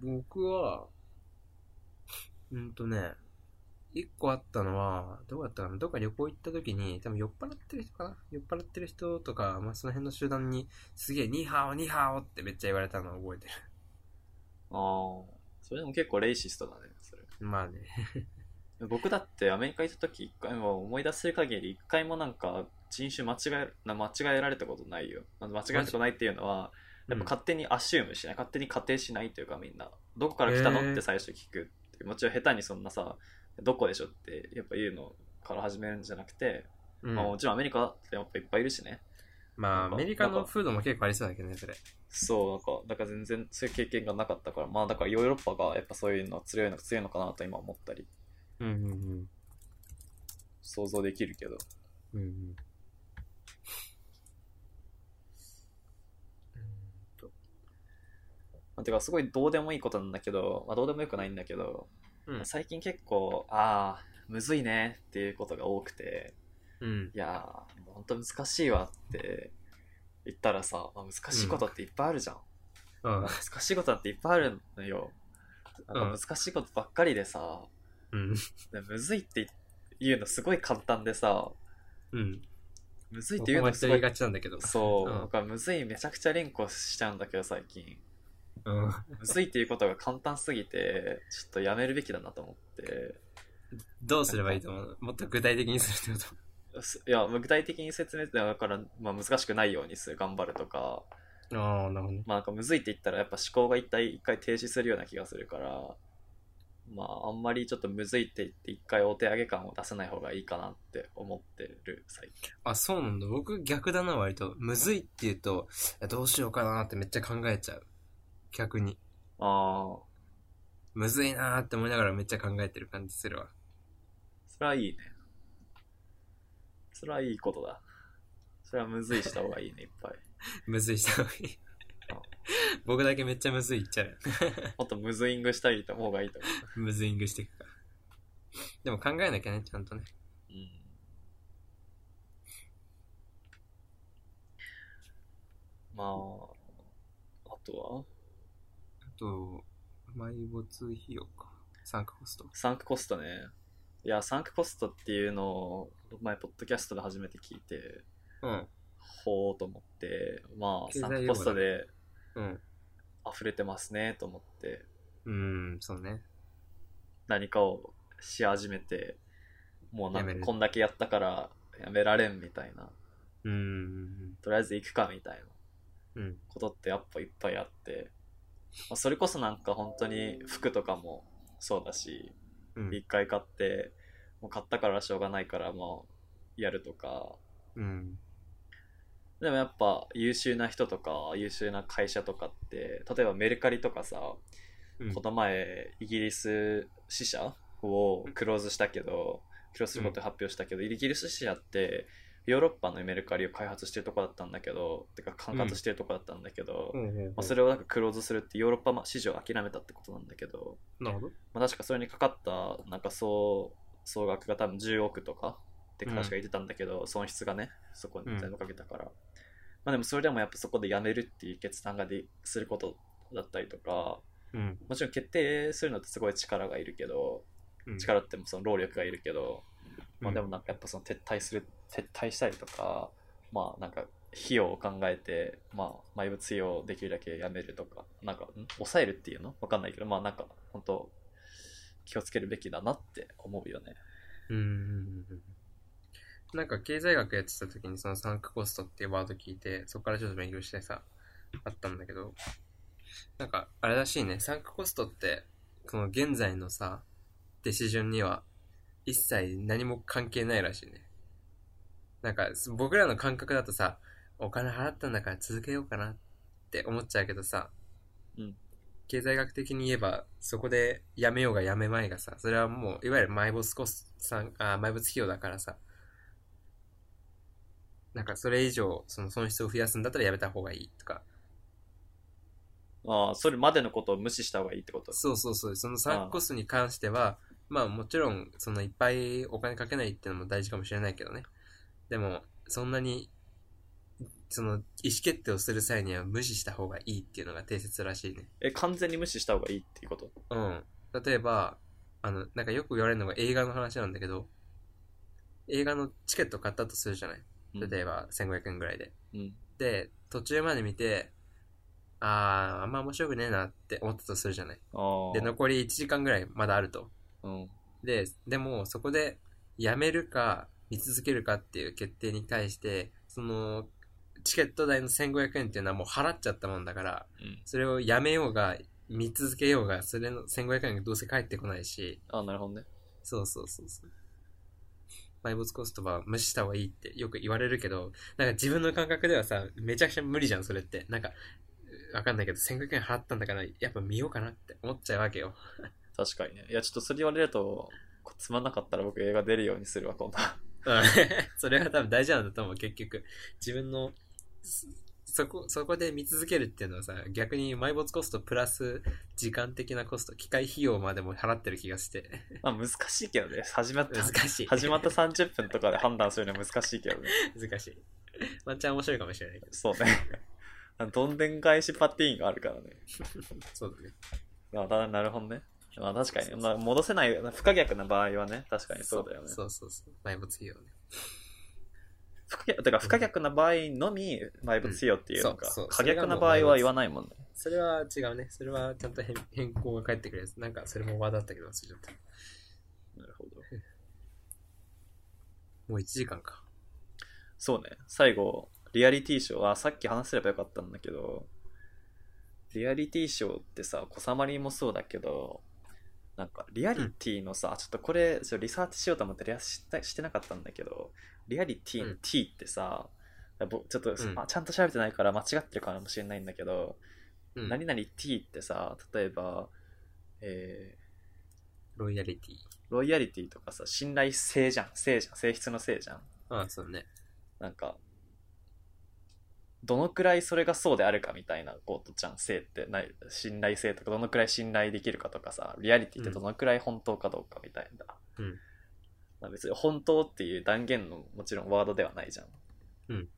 S1: の
S2: 僕は、うんとね、一個あったのは、どうだったかな、どっか旅行行った時に、多分酔っ払ってる人かな酔っ払ってる人とか、まあ、その辺の集団に、すげえ、ニーハオ、ニーハオってめっちゃ言われたのを覚えてる。
S1: ああ、それでも結構レイシストだね、それ。
S2: まあね。
S1: 僕だってアメリカ行った時一回も思い出せる限り一回もなんか人種間違えな間違えられたことないよ。あの間違えられたことないっていうのは、やっぱ勝手にアシュームしない、勝手に仮定しないというかみんな、どこから来た
S2: へ
S1: の
S2: ー
S1: って最初聞くって、もちろん下手にそんなさ、どこでしょってやっぱ言うのから始めるんじゃなくて、
S2: うん
S1: まあもちろんアメリカってやっぱいっぱいいるしね。な
S2: まあ、
S1: ん
S2: ア
S1: か
S2: メリカのフードも結構ありそうだけどね、それ。
S1: そう、なんか、だから全然そういう経験がなかったから、まあだからヨーロッパがやっぱそういうの強いの強いのかなと今思ったり、
S2: うんうん
S1: 想像できるけど。
S2: うん。うんと。
S1: まあてかすごいどうでもいいことなんだけど、まあどうでもよくないんだけど、
S2: うん
S1: 最近結構、ああ、むずいねっていうことが多くて、
S2: うん。
S1: いやー、ほんと難しいわって言ったらさ、まあ、難しいことっていっぱいあるじゃん。
S2: あ
S1: 難しいことだっていっぱいあるのよ。なんか難しいことばっかりでさ、
S2: うん。
S1: でむずいって言うのすごい簡単でさ、
S2: うん。
S1: むずいって
S2: 僕
S1: 言う
S2: も
S1: の
S2: 一人
S1: すご
S2: 言い
S1: い
S2: がちなんだ けど。
S1: そう、
S2: うん
S1: なんかむずいめちゃくちゃ連呼しちゃうんだけど最近
S2: うん。
S1: むずいっていうことが簡単すぎてちょっとやめるべきだなと思って
S2: どうすればいいと思うもっと具体的にするってこ
S1: すいや具体的に説明ってだから、まあ、難しくないようにする頑張るとか,、
S2: と。ああ、なるほどね。
S1: まあ、なんかむずいって言ったらやっぱ思考が一体一回停止するような気がするからまああんまりちょっとむずいって言って一回お手上げ感を出さない方がいいかなって思ってる最近
S2: あ、そうなんだ。僕逆だな、割と。むずいって言うと、えどうしようかなってめっちゃ考えちゃう。逆に。
S1: ああ
S2: むずいなーって思いながらめっちゃ考えてる感じするわ。
S1: それはいいねそれはいいことだそれはむずいした方がいいねいっぱい
S2: むずいした方がいい。僕だけめっちゃむずい言っちゃう。
S1: もっとムズイングしたりと方がいいと思
S2: ムズイングしていくか。でも考えなきゃね、ちゃんとね。
S1: う。うん。まあ、あとは
S2: あと、埋没費用か。参加コスト。
S1: サンクコストね。いや、サンクコストっていうのを前、ポッドキャストで初めて聞いて、
S2: うん。
S1: ほーと思って、まあ、
S2: 経済
S1: サ
S2: 用
S1: ン
S2: 語だ
S1: クコストで
S2: うん。
S1: 溢れてますね、と思って、
S2: うん、そうね。
S1: 何かをし始めて、もうなんか
S2: やめる
S1: こんだけやったからやめられんみたいな、
S2: うん。
S1: とりあえず行くかみたいな。
S2: うん。
S1: ことってやっぱいっぱいあってまあそれこそなんか本当に服とかもそうだし、
S2: うん
S1: 一回買って、もう買ったからしょうがないから、まあ、やるとか、
S2: うん
S1: でもやっぱ優秀な人とか優秀な会社とかって例えばメルカリとかさ、
S2: うん
S1: この前イギリス支社をクローズしたけどクローズすることを発表したけど、イギリス支社ってヨーロッパのメルカリを開発してるとこだったんだけどてか管轄してるとこだったんだけど、
S2: うんうんうん
S1: まあ、それをなんかクローズするってヨーロッパま市場を諦めたってことなんだけど、
S2: なるほど
S1: まあ、確かそれにかかったなんか総総額が多分10億とかって確か言ってたんだけど、損失がねそこに全部かけたから、まあでもそれでもやっぱそこでやめるっていう決断がですることだったりとか
S2: うん
S1: もちろん決定するのってすごい力がいるけど
S2: うん
S1: 力ってもその労力がいるけど、まあ、でも
S2: うん
S1: なんかやっぱその撤退する撤退したりとかまあなんか費用を考えて、まあ、埋物費用をできるだけやめるとかなんかん抑えるっていうのわかんないけどまあなんか本当気をつけるべきだなって思うよね
S2: うんうんうんうんなんか経済学やってた時にそのサンクコストっていうワード聞いてそこからちょっと勉強してさあったんだけどなんかあれらしいねサンクコストってその現在のさデシジョンには一切何も関係ないらしいねなんかす僕らの感覚だとさお金払ったんだから続けようかなって思っちゃうけどさ、
S1: うん
S2: 経済学的に言えばそこでやめようがやめまいがさそれはもういわゆる埋没コストさんあ埋没費用だからさなんかそれ以上その損失を増やすんだったらやめた方がいいとか
S1: ああそれまでのことを無視した方がいいってこと
S2: そうそうそうそのサンクコストに関してはまあもちろんそのいっぱいお金かけないっていうのも大事かもしれないけどねでもそんなにその意思決定をする際には無視した方がいいっていうのが定説らしいね
S1: え完全に無視した方がいいっていうこと
S2: うん。例えば、あの、なんかよく言われるのが映画の話なんだけど、映画のチケット買ったとするじゃない。
S1: うん
S2: 例えば1500円ぐらいで。
S1: うん
S2: で、途中まで見て、あー、あんま面白くねえなって思ったとするじゃない。
S1: ああ
S2: で、残り1時間ぐらいまだあると。
S1: うん
S2: で、でもそこでやめるか見続けるかっていう決定に対して、その、チケット代の1500円っていうのはもう払っちゃったもんだから、
S1: うん
S2: それをやめようが、見続けようが、それの1500円がどうせ返ってこないし、
S1: ああなるほどね
S2: そうそうそうそう。埋没コストは無視した方がいいってよく言われるけど、なんか自分の感覚ではさ、めちゃくちゃ無理じゃん、それって。なんか、わかんないけど、1500円払ったんだから、やっぱ見ようかなって思っちゃうわけよ。
S1: 確かにねいやちょっとそれ言われるとこつまんなかったら僕映画出るようにするわ今度
S2: うんそれが多分大事なんだと思う、結局。自分の、そそこ、そこで見続けるっていうのはさ、逆に埋没コストプラス時間的なコスト、機械費用までも払ってる気がして、
S1: まあ難しいけどね始まった
S2: 難しい。
S1: 始まった30分とかで判断するのは難しいけどね
S2: 難しい。ワンチャン面白いかもしれないけど。
S1: そうね あのどんでん返しパティーンがあるからね
S2: そうだね。
S1: まあだなるほどねまあ確かに
S2: そうそう
S1: まあ、戻せない不可逆な場合はね確かにそうだよね
S2: そうそうそう。埋没費用ね。
S1: 不可逆てか不可逆な場合のみ埋物費用っていうのか、
S2: うんそうそう
S1: 可逆な場合は言わないもんね
S2: それは違うね。それはちゃんと変変更が返ってくるやつ。なんかそれも話だったけど忘れちゃった。
S1: なるほど
S2: もう1時間か。
S1: そうね、最後、リアリティショーはさっき話せればよかったんだけど、リアリティショーってさ、小さまりもそうだけど、なんかリアリティのさ、ちょっとこれちょっとリサーチしようと思ってリアしたしてなかったんだけど、リアリティ
S2: う
S1: の
S2: ん
S1: T ってさ、ぼちょっと、
S2: ん
S1: あちゃんと調べてないから間違ってるかもしれないんだけど、
S2: うん。
S1: 何々 T ってさ、例えば、えー
S2: ロイヤリティ。
S1: ロイヤリティとかさ、信頼性じゃん、性じゃん、性質の性じゃん。
S2: ああ、そうね。
S1: なんか、どのくらいそれがそうであるかみたいなことじゃん、性ってない、信頼性とか、どのくらい信頼できるかとかさ、リアリティってどのくらい本当かどうかみたいな。
S2: うん
S1: まあ別に本当っていう断言のもちろんワードではないじゃん。
S2: うん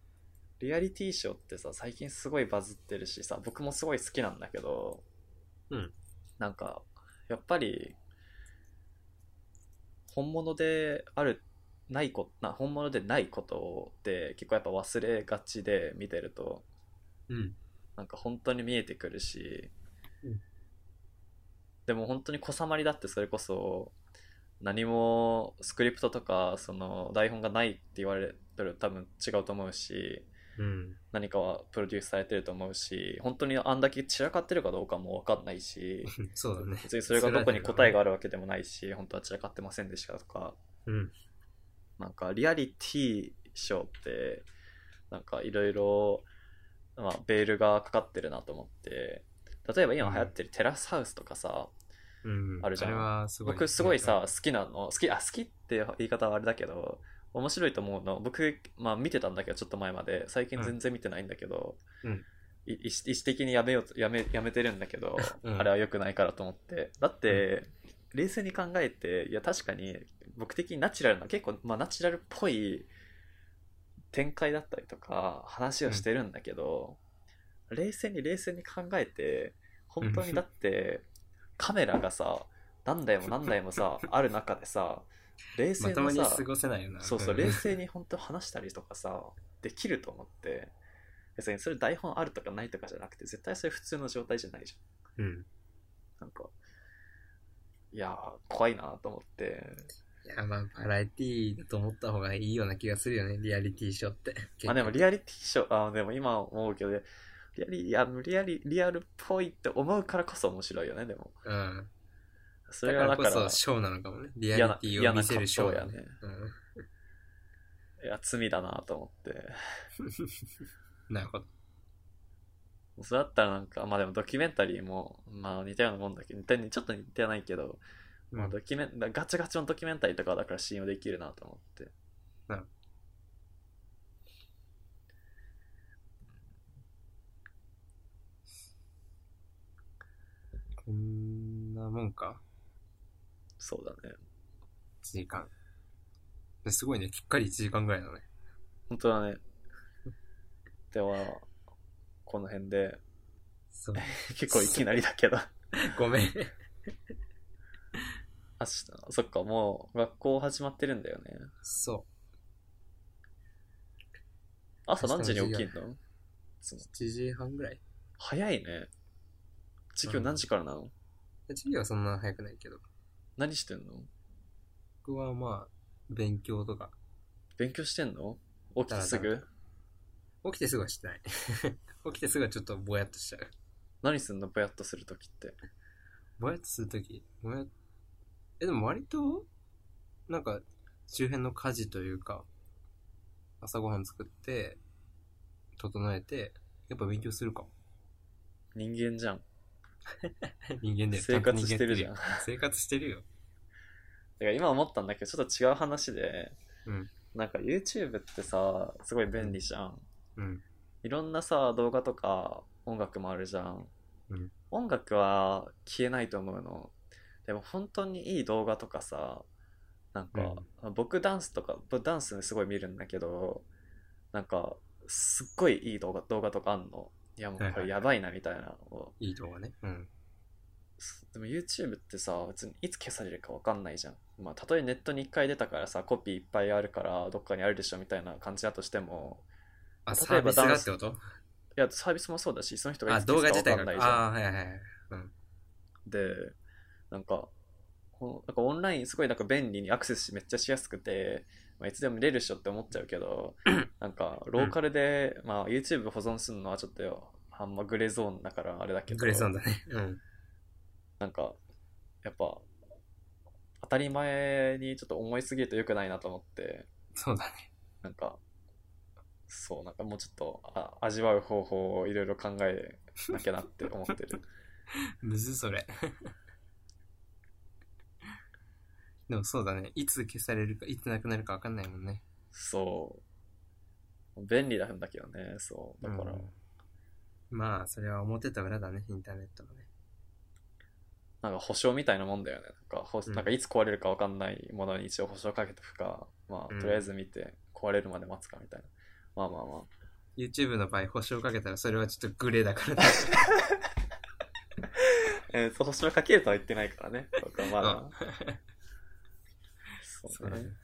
S1: リアリティショーってさ、最近すごいバズってるしさ、僕もすごい好きなんだけど、
S2: うん
S1: なんか、やっぱり、本物であるないこな本物でないことって結構やっぱ忘れがちで見てると
S2: うん。
S1: なんか本当に見えてくるし、
S2: うん
S1: でも本当に小さまりだってそれこそ何もスクリプトとかその台本がないって言われたら多分違うと思うし
S2: うん。
S1: 何かはプロデュースされてると思うし本当にあんだけ散らかってるかどうかも分かんない し
S2: そうだね。
S1: 別にそれがどこに答えがあるわけでもないし本当は散らかってませんでしたとか
S2: うん。
S1: なんかリアリティショーってなんかいろいろまあベールがかかってるなと思って例えば今流行ってるテラスハウスとかさ、
S2: うん。
S1: あるじゃん
S2: あれはすごい。
S1: 僕すごいさ好きなの好きあ好きって言い方はあれだけど面白いと思うの僕、まあ、見てたんだけどちょっと前まで最近全然見てないんだけど、
S2: うん
S1: い意思意思的にやめようとやめやめてるんだけど、
S2: うん
S1: あれは良くないからと思ってだって、冷静に考えていや確かに僕的にナチュラルな結構、まあ、ナチュラルっぽい展開だったりとか話をしてるんだけど、冷静に冷静に考えて本当にだってカメラがさ何台も何台も さある中でさ冷
S2: ま
S1: 静
S2: とも
S1: な
S2: に
S1: さ
S2: 過ごせないよな。
S1: そうそう冷
S2: ん
S1: 静に本当話したりとかさできると思って別にそれ台本あるとかないとかじゃなくて絶対それ普通の状態じゃないじ
S2: うん。
S1: ゃんなんかいやー怖いなと思って
S2: いや、まあ、バラエティーだと思った方がいいような気がするよね、リアリティショーって。
S1: まあでもリアリティショーあでも今思うけどリアリいやリアリリアルっぽいって思うからこそ面白いよねでも
S2: うん。
S1: そ
S2: だ
S1: れ
S2: か
S1: はだ
S2: らこ
S1: から
S2: そ、ショーなのかもね。リアリティを見せるショー
S1: 嫌な
S2: だ
S1: 嫌な
S2: ね。
S1: 葛
S2: うん。
S1: いや罪だなと思って
S2: なるほど。
S1: それだったらなんかまあでもドキュメンタリーもまあ似たようなもんだけど似たちょっと似てはないけどまあ、ドキュメンだガチガチのドキュメンタリーとかはだから信用できるなと思って。
S2: うんこんなもんか
S1: そうだね。
S2: ?1 時間。すごいね、きっかり1時間ぐらいだね。
S1: 本当だね。では、この辺で、
S2: そう。
S1: 結構いきなりだ けど。
S2: ごめん。
S1: あ、そそっか、もう学校始まってるんだよね。
S2: そ
S1: 朝何時に起きんの
S2: う。1時半ぐらい
S1: 早いね。授業何時からなの、
S2: 授業はそんな早くないけど。
S1: 何してんの
S2: 僕はまあ、勉強とか。
S1: 勉強してんの起きてす
S2: だ
S1: ぐ
S2: 起きてすぐはしてない。 起きてすぐはちょっとぼやっとしちゃう。
S1: 何すんのぼやっとするときって。
S2: ぼやっとするとき、ぼやっえ、でも割と、なんか、周辺の家事というか、朝ごはん作って、整えて、やっぱ勉強する かも。
S1: 人間じゃん。
S2: 人間だよ。
S1: 生活してるじゃん。
S2: ち
S1: だ
S2: ゃと人間っていう生活してるよ。
S1: から今思ったんだけど、ちょっと違う話で、
S2: うん
S1: なんか YouTube ってさ、すごい便利じゃん。
S2: うん。
S1: いろんなさ動画とか音楽もあるじゃん、
S2: うん
S1: 音楽は消えないと思うのでも本当にいい動画とかさなんか、僕ダンスとか僕ダンスすごい見るんだけどなんかすっごいいい動画動画とかあんのいやもうこれやばいなみたいなのを
S2: いい動画ね。うん。
S1: でも YouTube ってさ別にいつ消されるか分かんないじゃんまあたとえネットに1回出たからさコピーいっぱいあるからどっかにあるでしょみたいな感じだとしても
S2: あ、サ
S1: 例え
S2: ー
S1: ば
S2: ビスがってこと
S1: いやサービスもそうだしその人がい
S2: あ、
S1: つ
S2: 動
S1: 消
S2: 画
S1: す
S2: 自
S1: か
S2: 体
S1: 分
S2: が
S1: かんないじゃん
S2: ああー、はいはいはい。うん。
S1: でなんかこなんかオンラインすごいなんか便利にアクセスしめっちゃしやすくて、まあ、いつでも見れるっしょって思っちゃうけ どなんかローカルで、まあ、YouTube 保存するのはちょっとよあんまグレーゾーンだからあれだけど
S2: グレーさんだね。うん。
S1: なんかやっぱ当たり前にちょっと思いすぎると良くないなと思って
S2: そうだね。
S1: なんかそうなんかもうちょっとあ味わう方法をいろいろ考えなきゃなって思って る
S2: むずそ れ。でもそうだね。いつ消されるか、いつなくなるかわかんないもんね。
S1: そう便利なんだけどねそうだから、
S2: うんまあ、それは表と裏だね、インターネットのね。
S1: なんか保証みたいなもんだよね。なんかほ
S2: うん
S1: なんかいつ壊れるか分かんないものに一応保証かけとくか、ま
S2: うん
S1: あ、とりあえず見て壊れるまで待つかみたいな。まあまあま
S2: YouTube の場合、保証かけたらそれはちょっとグレーだからね。
S1: あ。 えーと、保証かけるとは言ってないからね。僕はまだ。 そうね。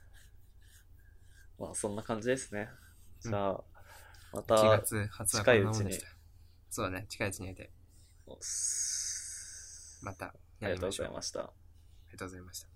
S1: まあそんな感じですね。じゃあ、ま
S2: 1
S1: た、
S2: 月初は
S1: 近
S2: こ
S1: い
S2: ん
S1: う
S2: なも
S1: ち
S2: んで
S1: に
S2: した。そうだね、近いうちにやりたい。
S1: おっす
S2: また
S1: あ
S2: や
S1: りがとう
S2: りま
S1: ご
S2: しょ
S1: ざ
S2: う。
S1: いました。
S2: ありがとうございました。